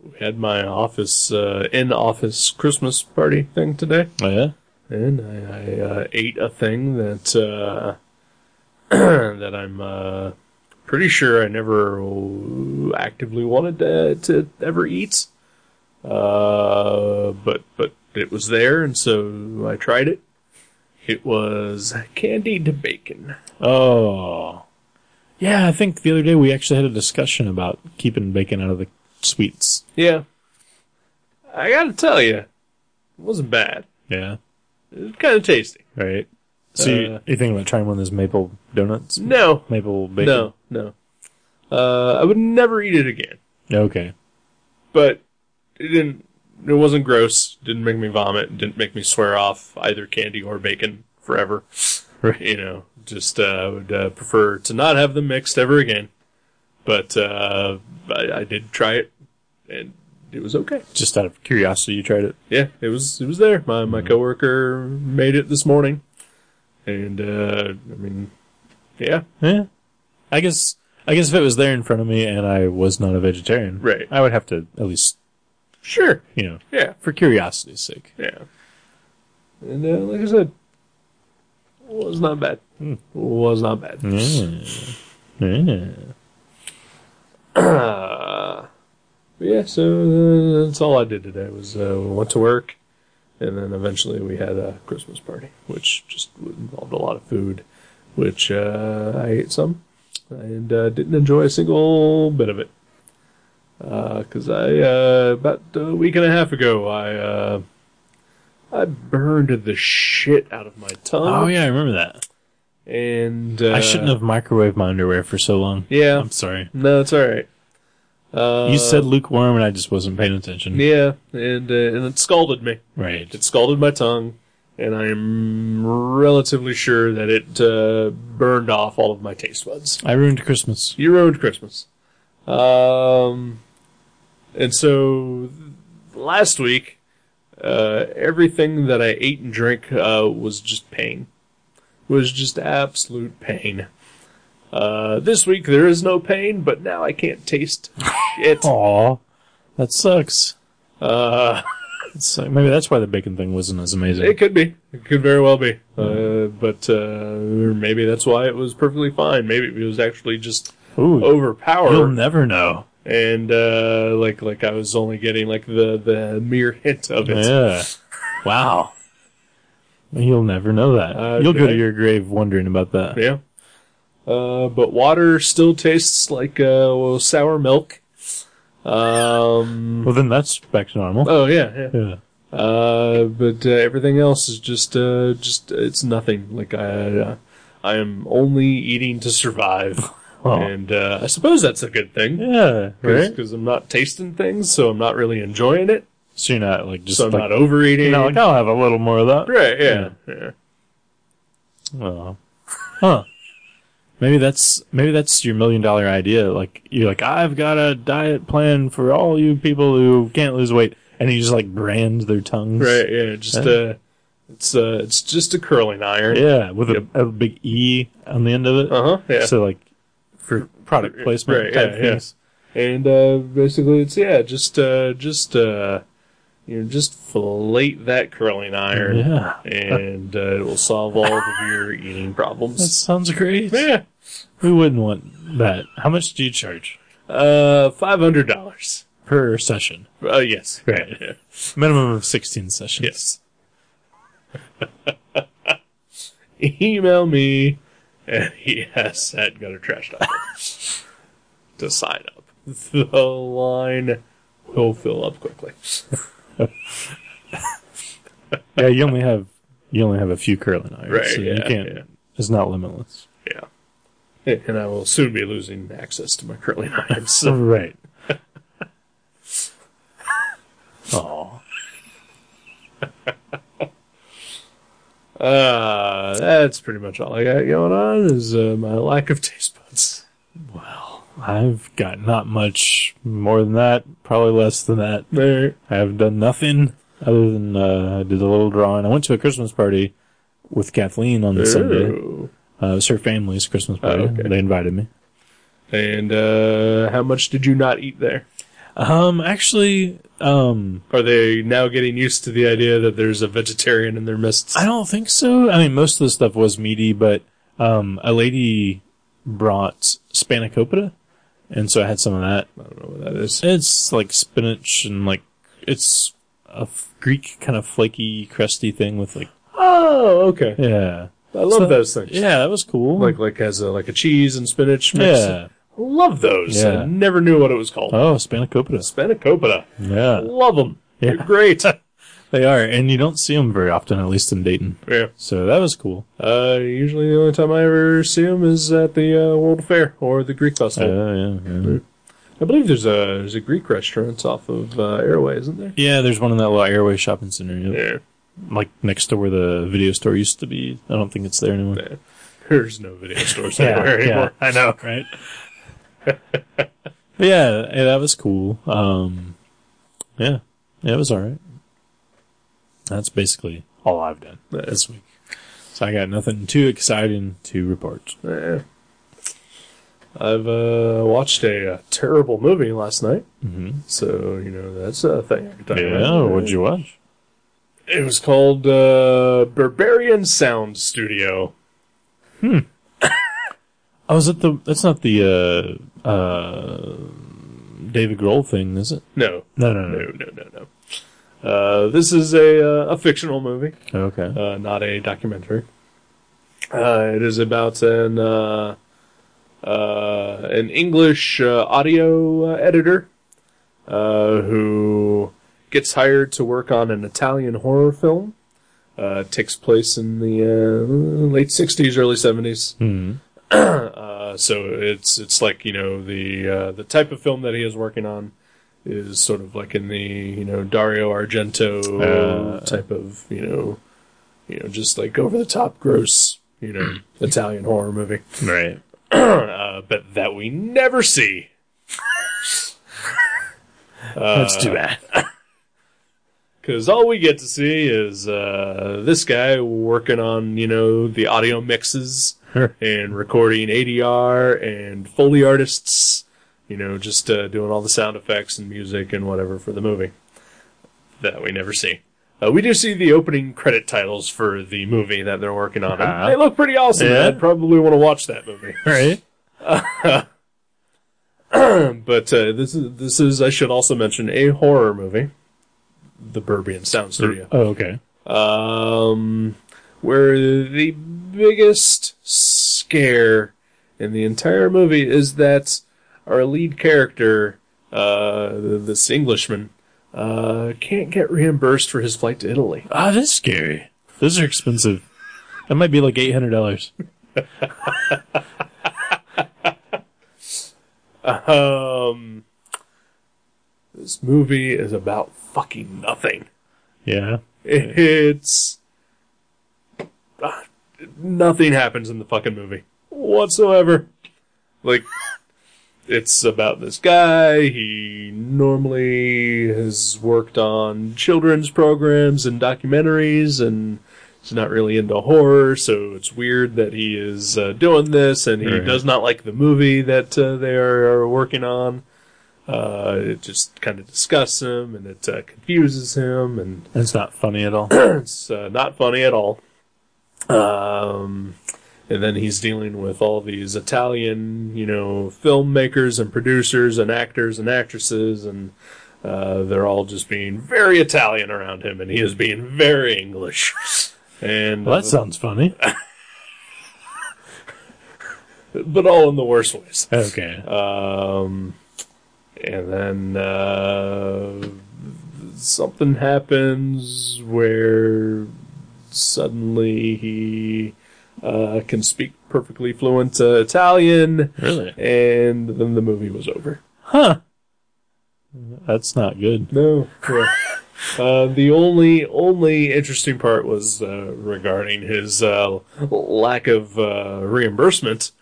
we had my office uh, in office Christmas party thing today, Oh yeah. and I, I uh, ate a thing that uh, that I'm uh, pretty sure I never actively wanted to, to ever eat. Uh, but but it was there, and so I tried it. It was candied bacon. Oh. Yeah, I think the other day we actually had a discussion about keeping bacon out of the sweets. Yeah. I gotta tell you, it wasn't bad. Yeah. It was kind of tasty. Right. So you, Uh, you thinking about trying one of those maple donuts? No, Maple bacon. no, no. Uh, I would never eat it again. Okay. But it didn't. It wasn't gross. Didn't make me vomit. Didn't make me swear off either candy or bacon forever. You know, just uh, I would uh, prefer to not have them mixed ever again. But uh, I, I did try it, and it was okay. Just out of curiosity, you tried it. yeah, it was it was there. My my coworker made it this morning, and uh, I mean, yeah, Yeah. I guess. I guess if it was there in front of me and I was not a vegetarian, Right. I would have to at least, sure, you know, yeah, for curiosity's sake. yeah. And uh, like I said, was not bad. Was not bad. Yeah. Uh, but yeah, so uh, that's all I did today. Was uh, we went to work, and then eventually we had a Christmas party, which just involved a lot of food, which uh, I ate some and uh, didn't enjoy a single bit of it. Because I uh, about a week and a half ago, I uh, I burned the shit out of my tongue. Oh yeah, I remember that. and uh, I shouldn't have microwaved my underwear for so long. Yeah, I'm sorry. no, it's all right. Uh, You said lukewarm, and I just wasn't paying attention. Yeah, and uh, and it scalded me. Right. It scalded my tongue, and I'm relatively sure that it uh, burned off all of my taste buds. I ruined Christmas. You ruined Christmas. Um, and so last week, uh, everything that I ate and drank uh, was just pain. Was just absolute pain. Uh, this week there is no pain, but now I can't taste it. Aw, that sucks. Uh, It's like, maybe that's why the bacon thing wasn't as amazing. It could be. It could very well be. Uh, but uh, or maybe that's why it was perfectly fine. Maybe it was actually just Ooh, you'll overpowered, never know. and uh, like like I was only getting like the the mere hint of it. Yeah. wow. You'll never know that. Uh, you'll go I- to your grave wondering about that. Yeah. Uh, but water still tastes like uh, well, sour milk. Um. Well, then that's back to normal. Oh yeah, yeah. yeah. Uh, but uh, everything else is just uh, just it's nothing. Like I, uh, I am only eating to survive, Oh. and uh, I suppose that's a good thing Yeah. Right. because I'm not tasting things, so I'm not really enjoying it. So you're not like just so I'm like, not overeating. you know, like I'll have a little more of that. right? Yeah. yeah. Oh. Huh. Maybe that's maybe that's your million dollar idea. Like you're like, I've got a diet plan for all you people who can't lose weight, and you just like brand their tongues, Right. Yeah. Just Yeah. uh, it's uh, it's just a curling iron. Yeah, with Yep. a, a big E on the end of it. Uh huh. Yeah. So like for product placement Right, type yeah, yeah. things. and uh, basically it's yeah, just uh, just uh, you know, just fillet that curling iron. Yeah. and uh, it will solve all of your eating That problems. sounds great. Yeah, Who wouldn't want that? How much do you charge uh, five hundred dollars. per session? Uh, yes, Right. Minimum of sixteen sessions. yes. Email me at yes at guttertrash.com to sign up. The line will fill up quickly. Yeah, you only have you only have a few curling irons, Right, so you yeah, can't. yeah. It's not limitless. Yeah, and I will soon be losing access to my curling irons. So. Right. oh, Uh, that's pretty much all I got going on. Is uh, my lack of taste buds. I've got not much more than that. Probably less than that. There. I have done nothing other than uh, I did a little drawing. I went to a Christmas party with Kathleen on the Sunday. Ooh. Oh, Uh, it was her family's Christmas party. okay. They invited me. And uh, how much did you not eat there? Um, actually, um, Are they now getting used to the idea that there's a vegetarian in their midst? I don't think so. I mean, most of the stuff was meaty, but um, a lady brought spanakopita, and so I had some of that. I don't know what that is. It's like spinach and like it's a f- Greek kind of flaky, crusty thing with like Oh, okay. yeah, I love those things. yeah, that was cool. Like like as a, like a cheese and spinach mix. yeah, Love those. Yeah. I never knew what it was called. oh spanakopita, Spanakopita. yeah, Love them. They're great. they are, and you don't see them very often, at least in Dayton. yeah. So that was cool. Uh, usually the only time I ever see them is at the uh, World Fair or the Greek Festival. Yeah, Uh, yeah, yeah. I believe there's a there's a Greek restaurant off of uh, Airway, isn't there? Yeah, there's one in that little airway shopping center. Yep. Yeah. like next to where the video store used to be. I don't think it's there anymore. Yeah. There's no video stores anywhere anymore. I know, right? but yeah, yeah, that was cool. Um, yeah, yeah, it was all right. That's basically all I've done Yeah. this week. So I got nothing too exciting to report. Eh. I've uh, watched a, uh terrible movie last night, Mm-hmm. so you know that's a thing. every time, Yeah, right? Oh, what'd you watch? It was called uh, Barbarian Sound Studio. Oh, is it the? That's not the uh, uh, David Grohl thing, is it? No, No, no, no, no, no, no. Uh, this is a uh, a fictional movie, Okay. uh, not a documentary. Uh, it is about an uh, uh, an English uh, audio uh, editor uh, who gets hired to work on an Italian horror film. Uh, it takes place in the uh, late '60s, early '70s. hmm Uh, so it's it's like you know the uh, the type of film that he is working on is sort of like in the you know Dario Argento Uh. type of you know you know, just like over the top gross, you know, Italian horror movie. Right. Uh, but that we never see. That's too bad. Because all we get to see is uh, this guy working on, you know, the audio mixes and recording ADR and Foley artists, you know, just uh, doing all the sound effects and music and whatever for the movie that we never see. Uh, we do see the opening credit titles for the movie that they're working on. and Uh-huh. They look pretty awesome. and Yeah. I'd probably want to watch that movie. right. But uh, this is this is I should also mention a horror movie, the Burbian Sound Studio. Oh, okay. um, where the biggest scare in the entire movie is that our lead character, uh, this Englishman, uh, can't get reimbursed for his flight to Italy. Ah, that's scary. Those are expensive. That might be like eight hundred dollars. Um, this movie is about fucking nothing. Yeah. It's ah, nothing happens in the fucking movie whatsoever. Like it's about this guy. He normally has worked on children's programs and documentaries, and he's not really into horror. So it's weird that he is uh, doing this, and he Right. does not like the movie that uh, they are, are working on. Uh, it just kind of disgusts him, and it uh, confuses him, and That's not funny at all. it's uh, not funny at all. Um, and then he's dealing with all these Italian, you know, filmmakers and producers and actors and actresses, and uh, they're all just being very Italian around him, and he is being very English. And Well, that sounds funny. but all in the worst ways. Okay. Um, and then uh, something happens where suddenly he uh, can speak perfectly fluent uh, Italian, really? and then the movie was over. Huh. That's not good. No. yeah. Uh, the only only interesting part was uh, regarding his uh, lack of uh, reimbursement.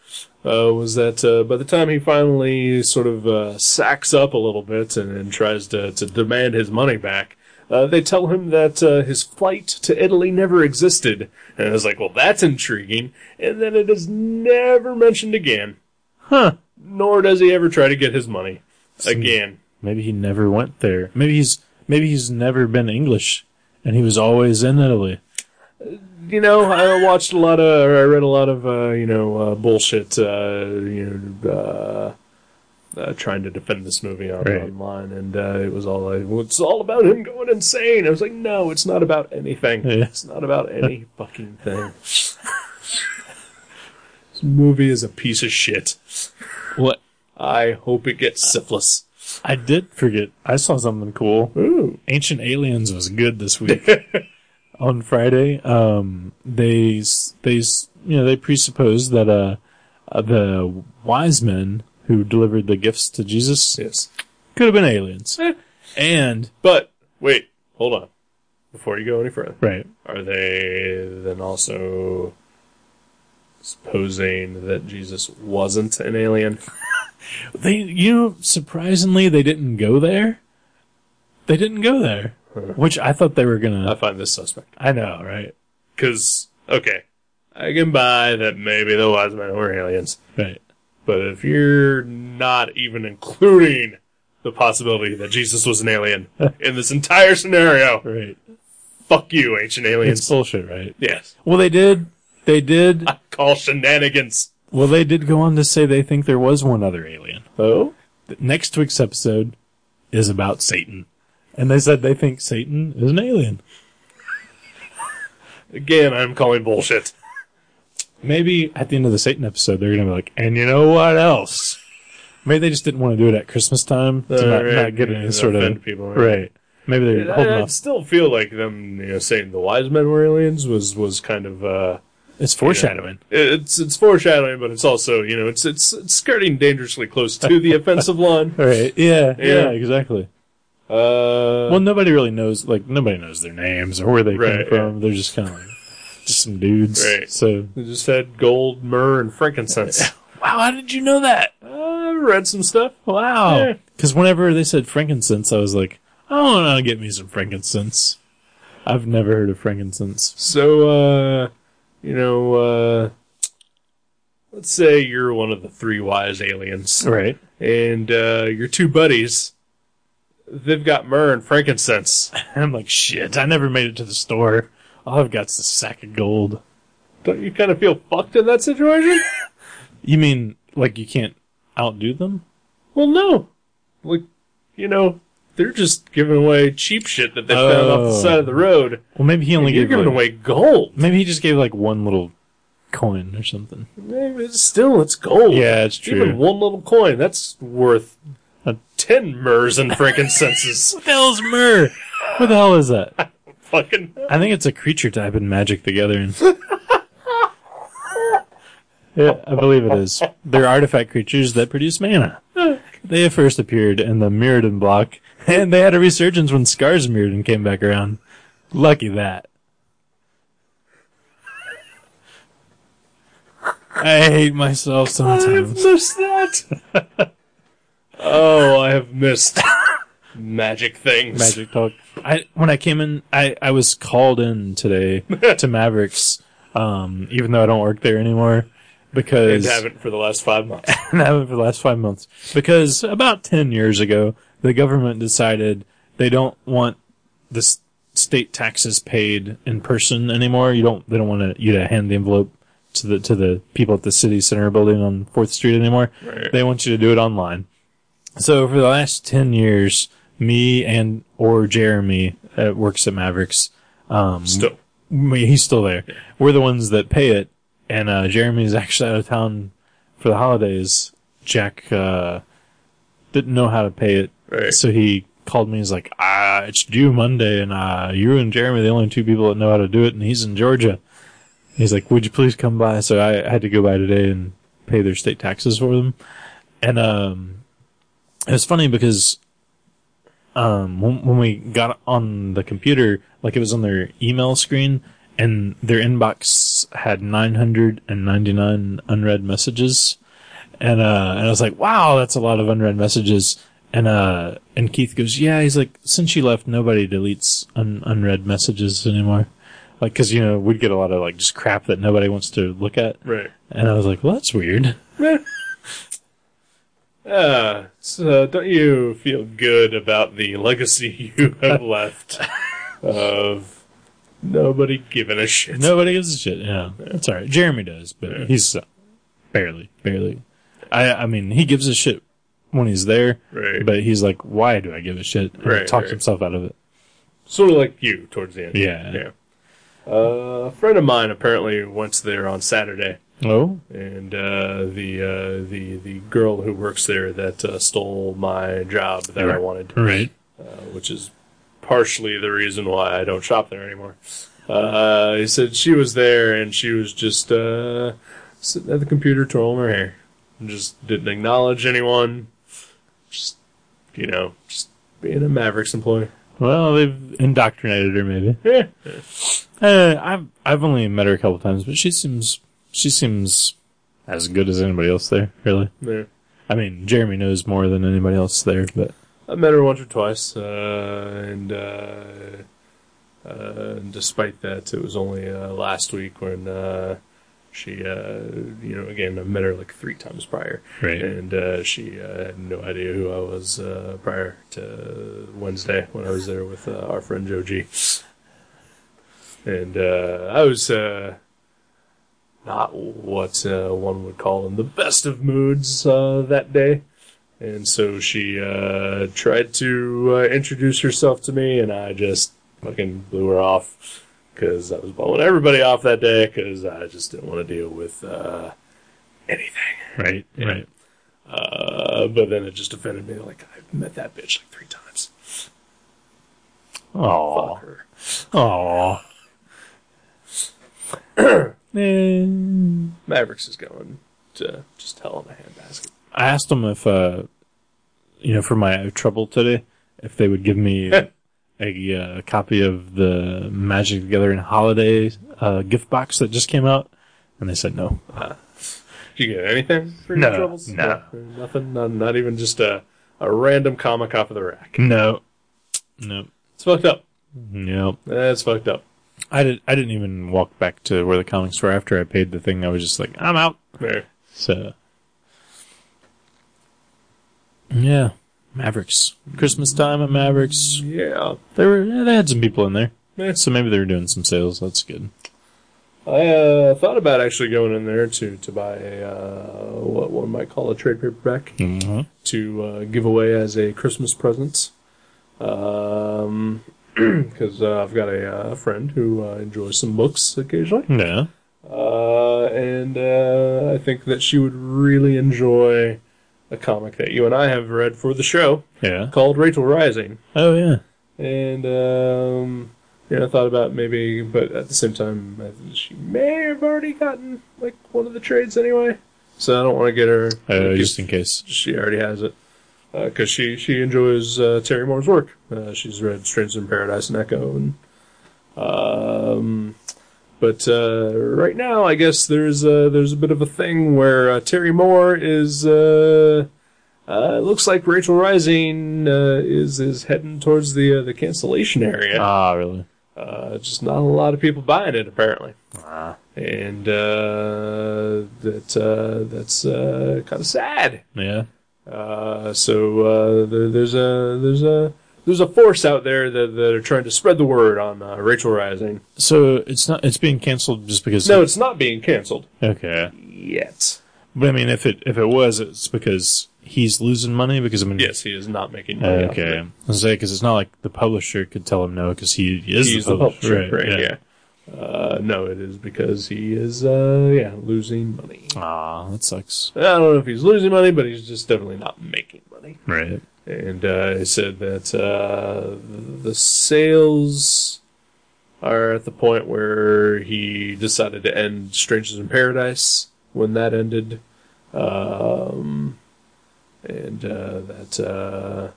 Uh, was that uh, by the time he finally sort of uh, sacks up a little bit and, and tries to, to demand his money back, uh, they tell him that uh, his flight to Italy never existed. And I was like, well, that's intriguing. And then it is never mentioned again, Huh. nor does he ever try to get his money again. Maybe he never went there. Maybe he's maybe he's never been English, and he was always in Italy. you know, I watched a lot of, or I read a lot of, uh, you know, uh, bullshit, uh, you know, uh, uh, trying to defend this movie on, Right. online, and uh, it was all like, well, it's all about him going insane. I was like, no, it's not about anything. Yeah. It's not about any fucking thing. this movie is a piece of shit. What? I hope it gets syphilis. I did forget. I saw something cool. Ooh. Ancient Aliens was good this week. On Friday, um, they s- they s- you know they presupposed that uh, uh, the wise men who delivered the gifts to Jesus Yes. could have been aliens, and But, wait, hold on. Before you go any further. right, Are they then also supposing that Jesus wasn't an alien? they you know surprisingly they didn't go there. They didn't go there, which I thought they were I gonna. find this suspect. I know, right? Because, okay, I can buy that maybe the wise men were aliens, Right. but if you're not even including the possibility that Jesus was an alien in this entire scenario, Right. fuck you, ancient It's aliens. bullshit, right? Yes. Well, they did. They did. I call shenanigans. Well, they did go on to say they think there was one other alien. Oh? Next week's episode is about Satan. And they said they think Satan is an alien. Again, I'm calling bullshit. Maybe at the end of the Satan episode, they're going to be like, and you know what else? Maybe they just didn't want to do it at Christmas time to Uh, not, right, not get yeah, any to sort offend of. people, right. right. Maybe they're holding I, I off. still feel like them you know, saying the wise men were aliens was was kind of uh, It's foreshadowing. it's it's foreshadowing, but it's also you know it's it's, it's skirting dangerously close to the offensive line. All right. Yeah, yeah. Yeah. Exactly. Uh, Well, nobody really knows. Like nobody knows their names or where they Right, came from. They're just kind of like, just some dudes. Right. So, They just had gold, myrrh, and frankincense. Uh, wow, how did you know that? I read some stuff. Wow. Yeah. Because whenever they said frankincense, I was like, I want to get me some frankincense. I've never heard of frankincense. So, uh, you know, uh, let's say you're one of the three wise aliens, Right. and uh, your two buddies, they've got myrrh and frankincense. I'm like, shit, I never made it to the store. All I've got's a sack of gold. Don't you kind of feel fucked in that situation? You mean, like, you can't outdo them? well, no. Like, you know, they're just giving away cheap shit that they found off the Oh. side of the road. Well, maybe he only You're gave giving like- away gold. Maybe he just gave, like, one little coin or something. Maybe it's still, it's gold. Yeah, it's Even true. one little coin, that's worth A- ten myrrhs and frankincenses. What the hell's myrrh? What the hell is that? Fucking I think it's a creature type in Magic the Gathering. yeah, I believe it is. They're artifact creatures that produce mana. They first appeared in the Mirrodin block, and they had a resurgence when Scar's Mirrodin came back around. Lucky that. I hate myself sometimes. missed that. oh, I have missed magic things. Magic Talk. I when I came in, I I was called in today to Mavericks, um, even though I don't work there anymore And because haven't for the last five months. and haven't for the last five months because about ten years ago the government decided they don't want the s- state taxes paid in person anymore. You don't they don't want to, you to hand the envelope to the to the people at the city center building on Fourth Street anymore. Right. They want you to do it online. So for the last ten years, me and or Jeremy uh, works at Mavericks. Um, Still. we- he's still there. We're the ones that pay it, and uh, Jeremy's actually out of town for the holidays. Jack uh, didn't know how to pay it, Right. so he called me. He's like, "Ah, it's due Monday, and uh, you and Jeremy are the only two people that know how to do it, and he's in Georgia." He's like, "Would you please come by?" So I, I had to go by today and pay their state taxes for them, and um, it was funny because um, when, when we got on the computer, like it was on their email screen, and their inbox had 999 unread messages. And, uh, and I was like, wow, that's a lot of unread messages. And, uh, and Keith goes, yeah, he's like, since you left, nobody deletes un- unread messages anymore. Like, cause, you know, we'd get a lot of like just crap that nobody wants to look at. Right. And I was like, well, that's weird. Uh, so don't you feel good about the legacy you have left of nobody giving a shit? Nobody gives a shit. Yeah, it's all right. Jeremy does, but he's uh, barely, barely. I, I mean, he gives a shit when he's there, Right. but he's like, "Why do I give a shit?" And Right, talks right. himself out of it. Sort of like you towards the end. Yeah. Yeah. Uh, a friend of mine apparently went there on Saturday. Oh, and uh, the uh, the the girl who works there that uh, stole my job that I Right. wanted, right. uh, which is partially the reason why I don't shop there anymore. Uh, he said she was there and she was just uh, sitting at the computer twirling her hair, and just didn't acknowledge anyone. Just you know, just being a Mavericks employee. Well, they've indoctrinated her. Maybe Yeah, uh, I've I've only met her a couple times, but she seems she seems as good as anybody else there. Really, yeah. I mean, Jeremy knows more than anybody else there, but I met her once or twice, uh, and uh, uh, despite that, it was only uh, last week when uh, she, uh, you know, again, I met her like three times prior, Right. and uh, she uh, had no idea who I was uh, prior to Wednesday when I was there with uh, our friend Joe G. And uh, I was uh, not what uh, one would call in the best of moods uh, that day. And so she uh, tried to uh, introduce herself to me, and I just fucking blew her off because I was blowing everybody off that day because I just didn't want to deal with uh, anything. right, right. Uh, but then it just offended me. Like, I've met that bitch like three times. Aww. Fuck her. Aww. Mavericks is going to just hell in a handbasket. I asked them if, uh, you know, for my trouble today, if they would give me a uh, copy of the Magic Together in Holiday uh, gift box that just came out, and they said no. Did you get anything for No, your troubles? no. nothing. Not, not even just a, a random comic off of the rack. No, no, It's fucked up. no. It's fucked up. I didn't. I didn't even walk back to where the comics were after I paid the thing. I was just like, I'm out. There. So, yeah, Mavericks. Christmas time at Mavericks. Yeah. They were. yeah, They had some people in there, Eh. so maybe they were doing some sales. That's good. I uh, thought about actually going in there to to buy a, uh, what one might call a trade paperback Mm-hmm. to uh, give away as a Christmas present. Um, because uh, I've got a uh, friend who uh, enjoys some books occasionally, Yeah. uh, and uh, I think that she would really enjoy a comic that you and I have read for the show Yeah. called Rachel Rising Oh yeah. and um, you know, I thought about maybe, but at the same time, I think she may have already gotten like one of the trades anyway. So I don't want to get her. Uh, if just in case. she already has it, because she she enjoys uh, Terry Moore's work. Uh, she's read Strangers in Paradise and Echo, and um, but uh, right now, I guess there's a, there's a bit of a thing where uh, Terry Moore is. Uh, uh, it looks like Rachel Rising uh, is is heading towards the uh, the cancellation area. Ah, really? Uh, just not a lot of people buying it apparently. And uh, that uh, that's uh, kind of sad. Yeah. Uh, so uh, there, there's a there's a there's a force out there that, that are trying to spread the word on uh, Rachel Rising. So it's not. It's being canceled just because. No, it's not being canceled Okay. yet. But I mean, if it if it was, it's because he's losing money because I mean. Yes, he is not making money. off of Okay. it. I was because it's not like the publisher could tell him no because he is he's the publisher, right? yeah. Uh, no, it is because he is uh, yeah losing money. Ah, that sucks. I don't know if he's losing money, but he's just definitely not making money. Right. and uh, it said that uh, the sales are at the point where he decided to end Strangers in Paradise when that ended, um, and uh, that uh,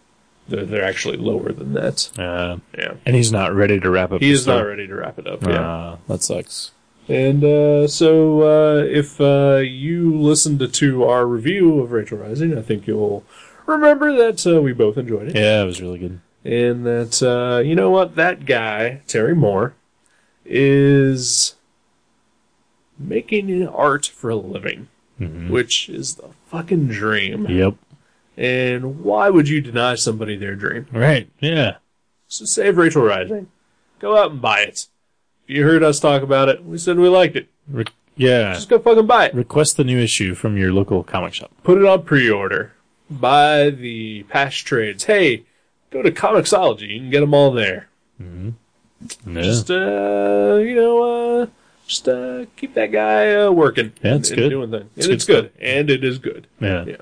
they're, they're actually lower than that. Uh, Yeah, and he's not ready to wrap up. he the is not story. ready to wrap it up. Yeah. Ah, that sucks. And uh, so, uh, if uh, you listened to our review of Rachel Rising, I think you'll remember that uh, we both enjoyed it. Yeah, it was really good. and that uh, you know what that guy Terry Moore is making art for a living, which is the fucking dream. Yep. And why would you deny somebody their dream? Right. Yeah. So save Rachel Rising, go out and buy it. If you heard us talk about it, we said we liked it. Re- yeah. Just go fucking buy it. Request the new issue from your local comic shop. Put it on pre-order. Buy the past trades. Hey, go to Comixology. You can get them all there. Yeah. just uh, you know, uh, just uh, keep that guy uh, working. Yeah, it's and, good. And doing things. It's and good it's good, and it is good. yeah. Yeah.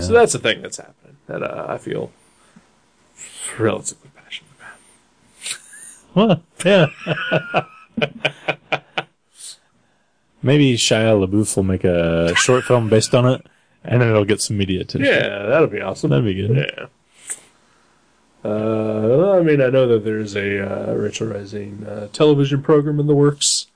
So that's the thing that's happening that uh, I feel relatively passionate about. Well, yeah. Maybe Shia LaBeouf will make a short film based on it, and then it'll get some media attention. Yeah, that'll be awesome. That'd be good. Yeah. Uh, I mean, I know that there's a uh, Rachel Rising uh, television program in the works.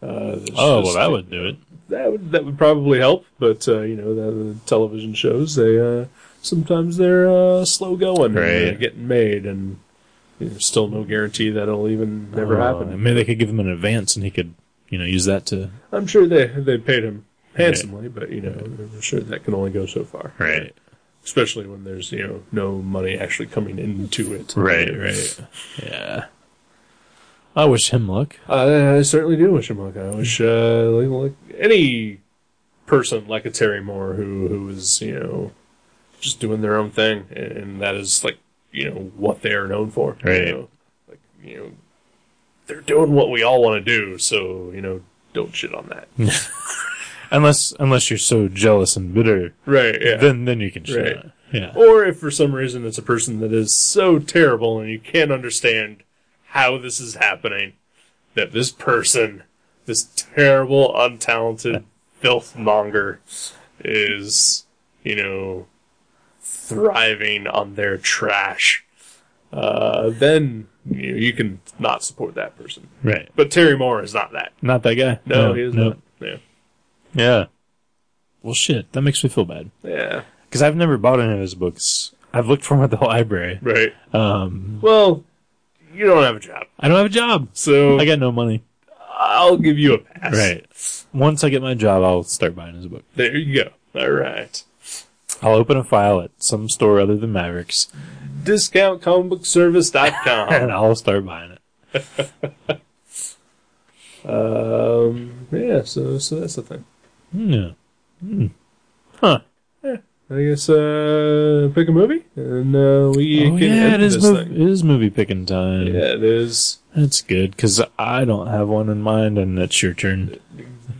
Uh, there's Oh, well, just- that would do it. that would that would probably help. But uh, you know, the, the television shows they uh, sometimes they're uh, slow going, Right. uh, getting made, and there's still no guarantee that'll even never Oh, happen. Maybe they could give him an advance, and he could, you know, use that to. I'm sure they they paid him handsomely, but you know, I'm sure that can only go so far. Right. Especially when there's you know no money actually coming into it. Right. Yeah. I wish him luck. I, I certainly do wish him luck. I wish uh, like, like any person like a Terry Moore who who is you know just doing their own thing, and that is like you know what they are known for. you Right. know? Like you know, they're doing what we all want to do. So you know, don't shit on that. Unless, unless you're so jealous and bitter, right. Yeah. then then you can share. Right. it. Yeah. or if for some reason it's a person that is so terrible and you can't understand how this is happening, that this person, this terrible, untalented filthmonger, is, you know, thriving on their trash. uh, then you, you can not support that person. Right. But Terry Moore is not that. Not that guy. No, he is not. Yeah. Yeah. Well, shit. That makes me feel bad Yeah. because I've never bought any of his books. I've looked for them at the library. Right. Um, Well, you don't have a job, I don't have a job. so I got no money. I'll give you a pass. Right. Once I get my job, I'll start buying his book. There you go. All right. I'll open a file at some store other than Mavericks, DiscountComicBookService.com. and I'll start buying it. um, yeah. So, so that's the thing. Yeah. Hmm. Huh. I guess uh, pick a movie, and uh, we oh, can yeah, it end is, this mov- thing. it is movie picking time. Yeah, it is. That's good because I don't have one in mind, and it's your turn.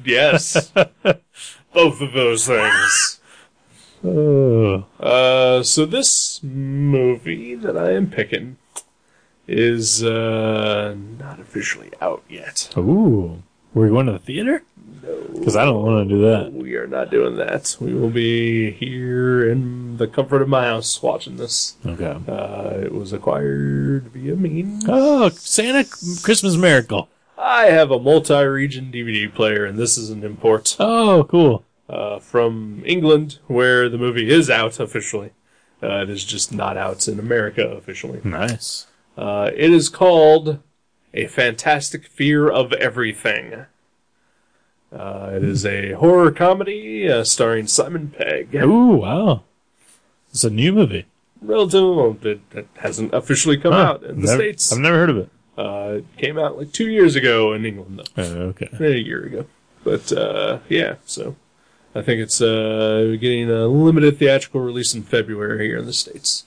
Yes, both of those things. Oh, Uh, so this movie that I am picking is uh, not officially out yet. ooh, were you going to the theater? Because I don't want to do that. We are not doing that. We will be here in the comfort of my house watching this. Okay. Uh, it was acquired via means. Oh, Santa Christmas Miracle. I have a multi-region DVD player, and this is an import. Oh, cool. uh, from England, where the movie is out officially. Uh, it is just not out in America officially. Nice. Uh, it is called A Fantastic Fear of Everything. Uh, it is a horror comedy uh, starring Simon Pegg. Ooh, wow. It's a new movie. Relative, well, that, that hasn't officially come Huh. out in the Never- States. I've never heard of it. Uh, it came out like two years ago in England, though. Oh, okay. a year ago. But uh, yeah, so I think it's uh, getting a limited theatrical release in February here in the states.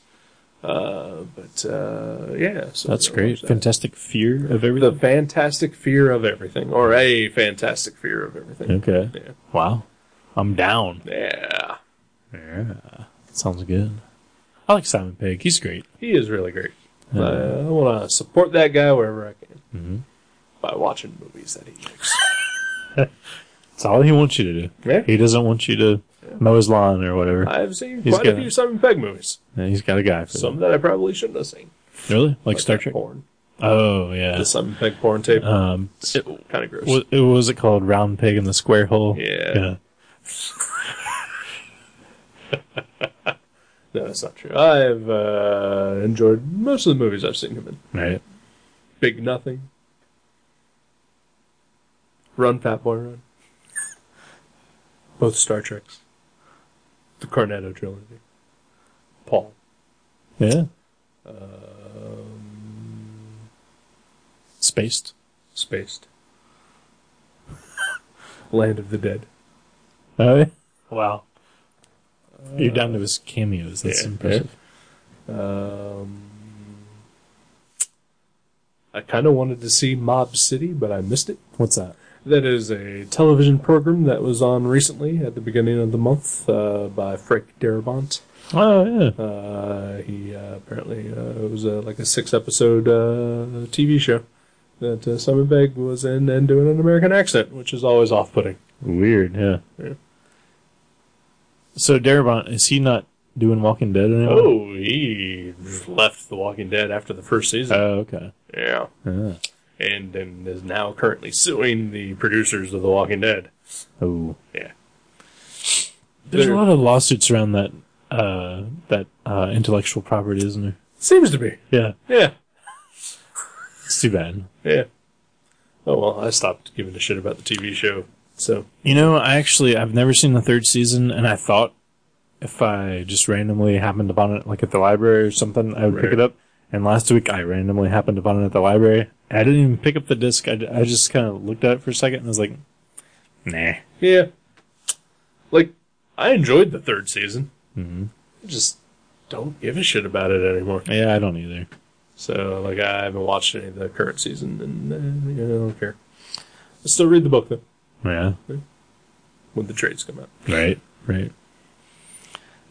Uh, but uh, yeah, so That's we're gonna great. watch that. Fantastic Fear of The Everything. fantastic fear of everything, or a fantastic fear of everything. okay. Yeah. Wow. I'm down. Yeah, Yeah. Sounds good. I like Simon Pegg. He's great. he is really great. Uh, I want to support that guy wherever I can Mm-hmm. by watching movies that he makes. It's all he wants you to do. Yeah. He doesn't want you to mow his lawn or whatever. I've seen He's quite good. a few Simon Pegg movies, Yeah, he's got a guy for some that I probably shouldn't have seen. that. Really? Like, Star that Trek? porn, Oh, yeah. the Simon Pegg porn tape, Um, it, kind of gross. wa- it what was it called Round Pig in the Square Hole? Yeah. No, that's not true. I've uh, enjoyed most of the movies I've seen him in. Right. Big Nothing, Run Fat Boy Run, both Star Treks, the Cornetto trilogy, Paul, Yeah. Um, Spaced. Spaced, Land of the Dead. Oh, yeah. Wow. You're down to his cameos. That's yeah, impressive. Um, I kind of wanted to see Mob City, but I missed it. What's that? That is a television program that was on recently at the beginning of the month uh, by Frank Darabont. Oh, yeah. Uh, he uh, apparently uh, it was uh, like a six episode uh, TV show that uh, Simon Begg was in and doing an American accent, which is always off putting. Weird, yeah. Yeah. So Darabont, is he not doing Walking Dead anymore? Oh, he left The Walking Dead after the first Uh, season. Oh, okay. yeah. Ah. And then is now currently suing the producers of The Walking Dead. Oh. Yeah. There's There- a lot of lawsuits around that uh, that uh, intellectual property, isn't there? Seems to be. Yeah. Yeah. It's too bad. Yeah. Oh well, I stopped giving a shit about the TV show. So You know, I actually I've never seen the third season, and I thought if I just randomly happened upon it, like at the library or something, I would pick Right. it up. And last week I randomly happened upon it at the library. I didn't even pick up the disc. I, d- I just kind of looked at it for a second and was like, "Nah." yeah, like I enjoyed the third season. I just don't give a shit about it anymore. Yeah, I don't either. So like I haven't watched any of the current season, and uh, you know, I don't care. I still read the book though Yeah. when the trades come out. Right. Right.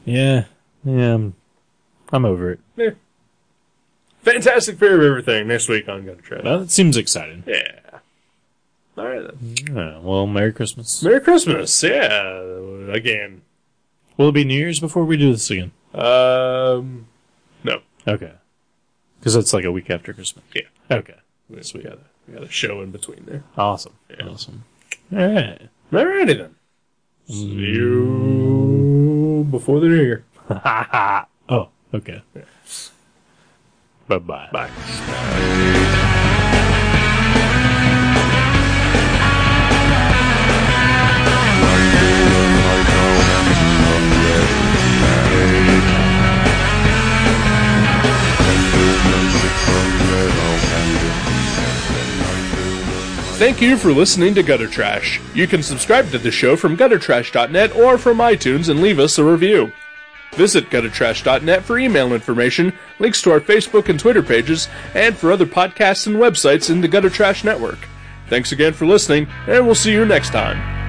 Yeah. Yeah. I'm, I'm over it. Yeah. Fantastic Fear of Everything next week on Gotta Try. It. Well, it seems exciting. Yeah. All right then. Yeah, well, Merry Christmas. Merry Christmas. Yeah. Again. Will it be New Year's before we do this again? Um. No. Okay. because it's like a week after Christmas. Yeah. Okay. We, we got a we got a show in between there. Awesome. Awesome. All right. Alrighty then. See you before the new year. Oh, okay. Bye bye. Bye. Thank you for listening to Gutter Trash. You can subscribe to the show from guttertrash.net or from iTunes and leave us a review. Visit guttertrash.net for email information, links to our Facebook and Twitter pages, and for other podcasts and websites in the Gutter Trash Network. Thanks again for listening, and we'll see you next time.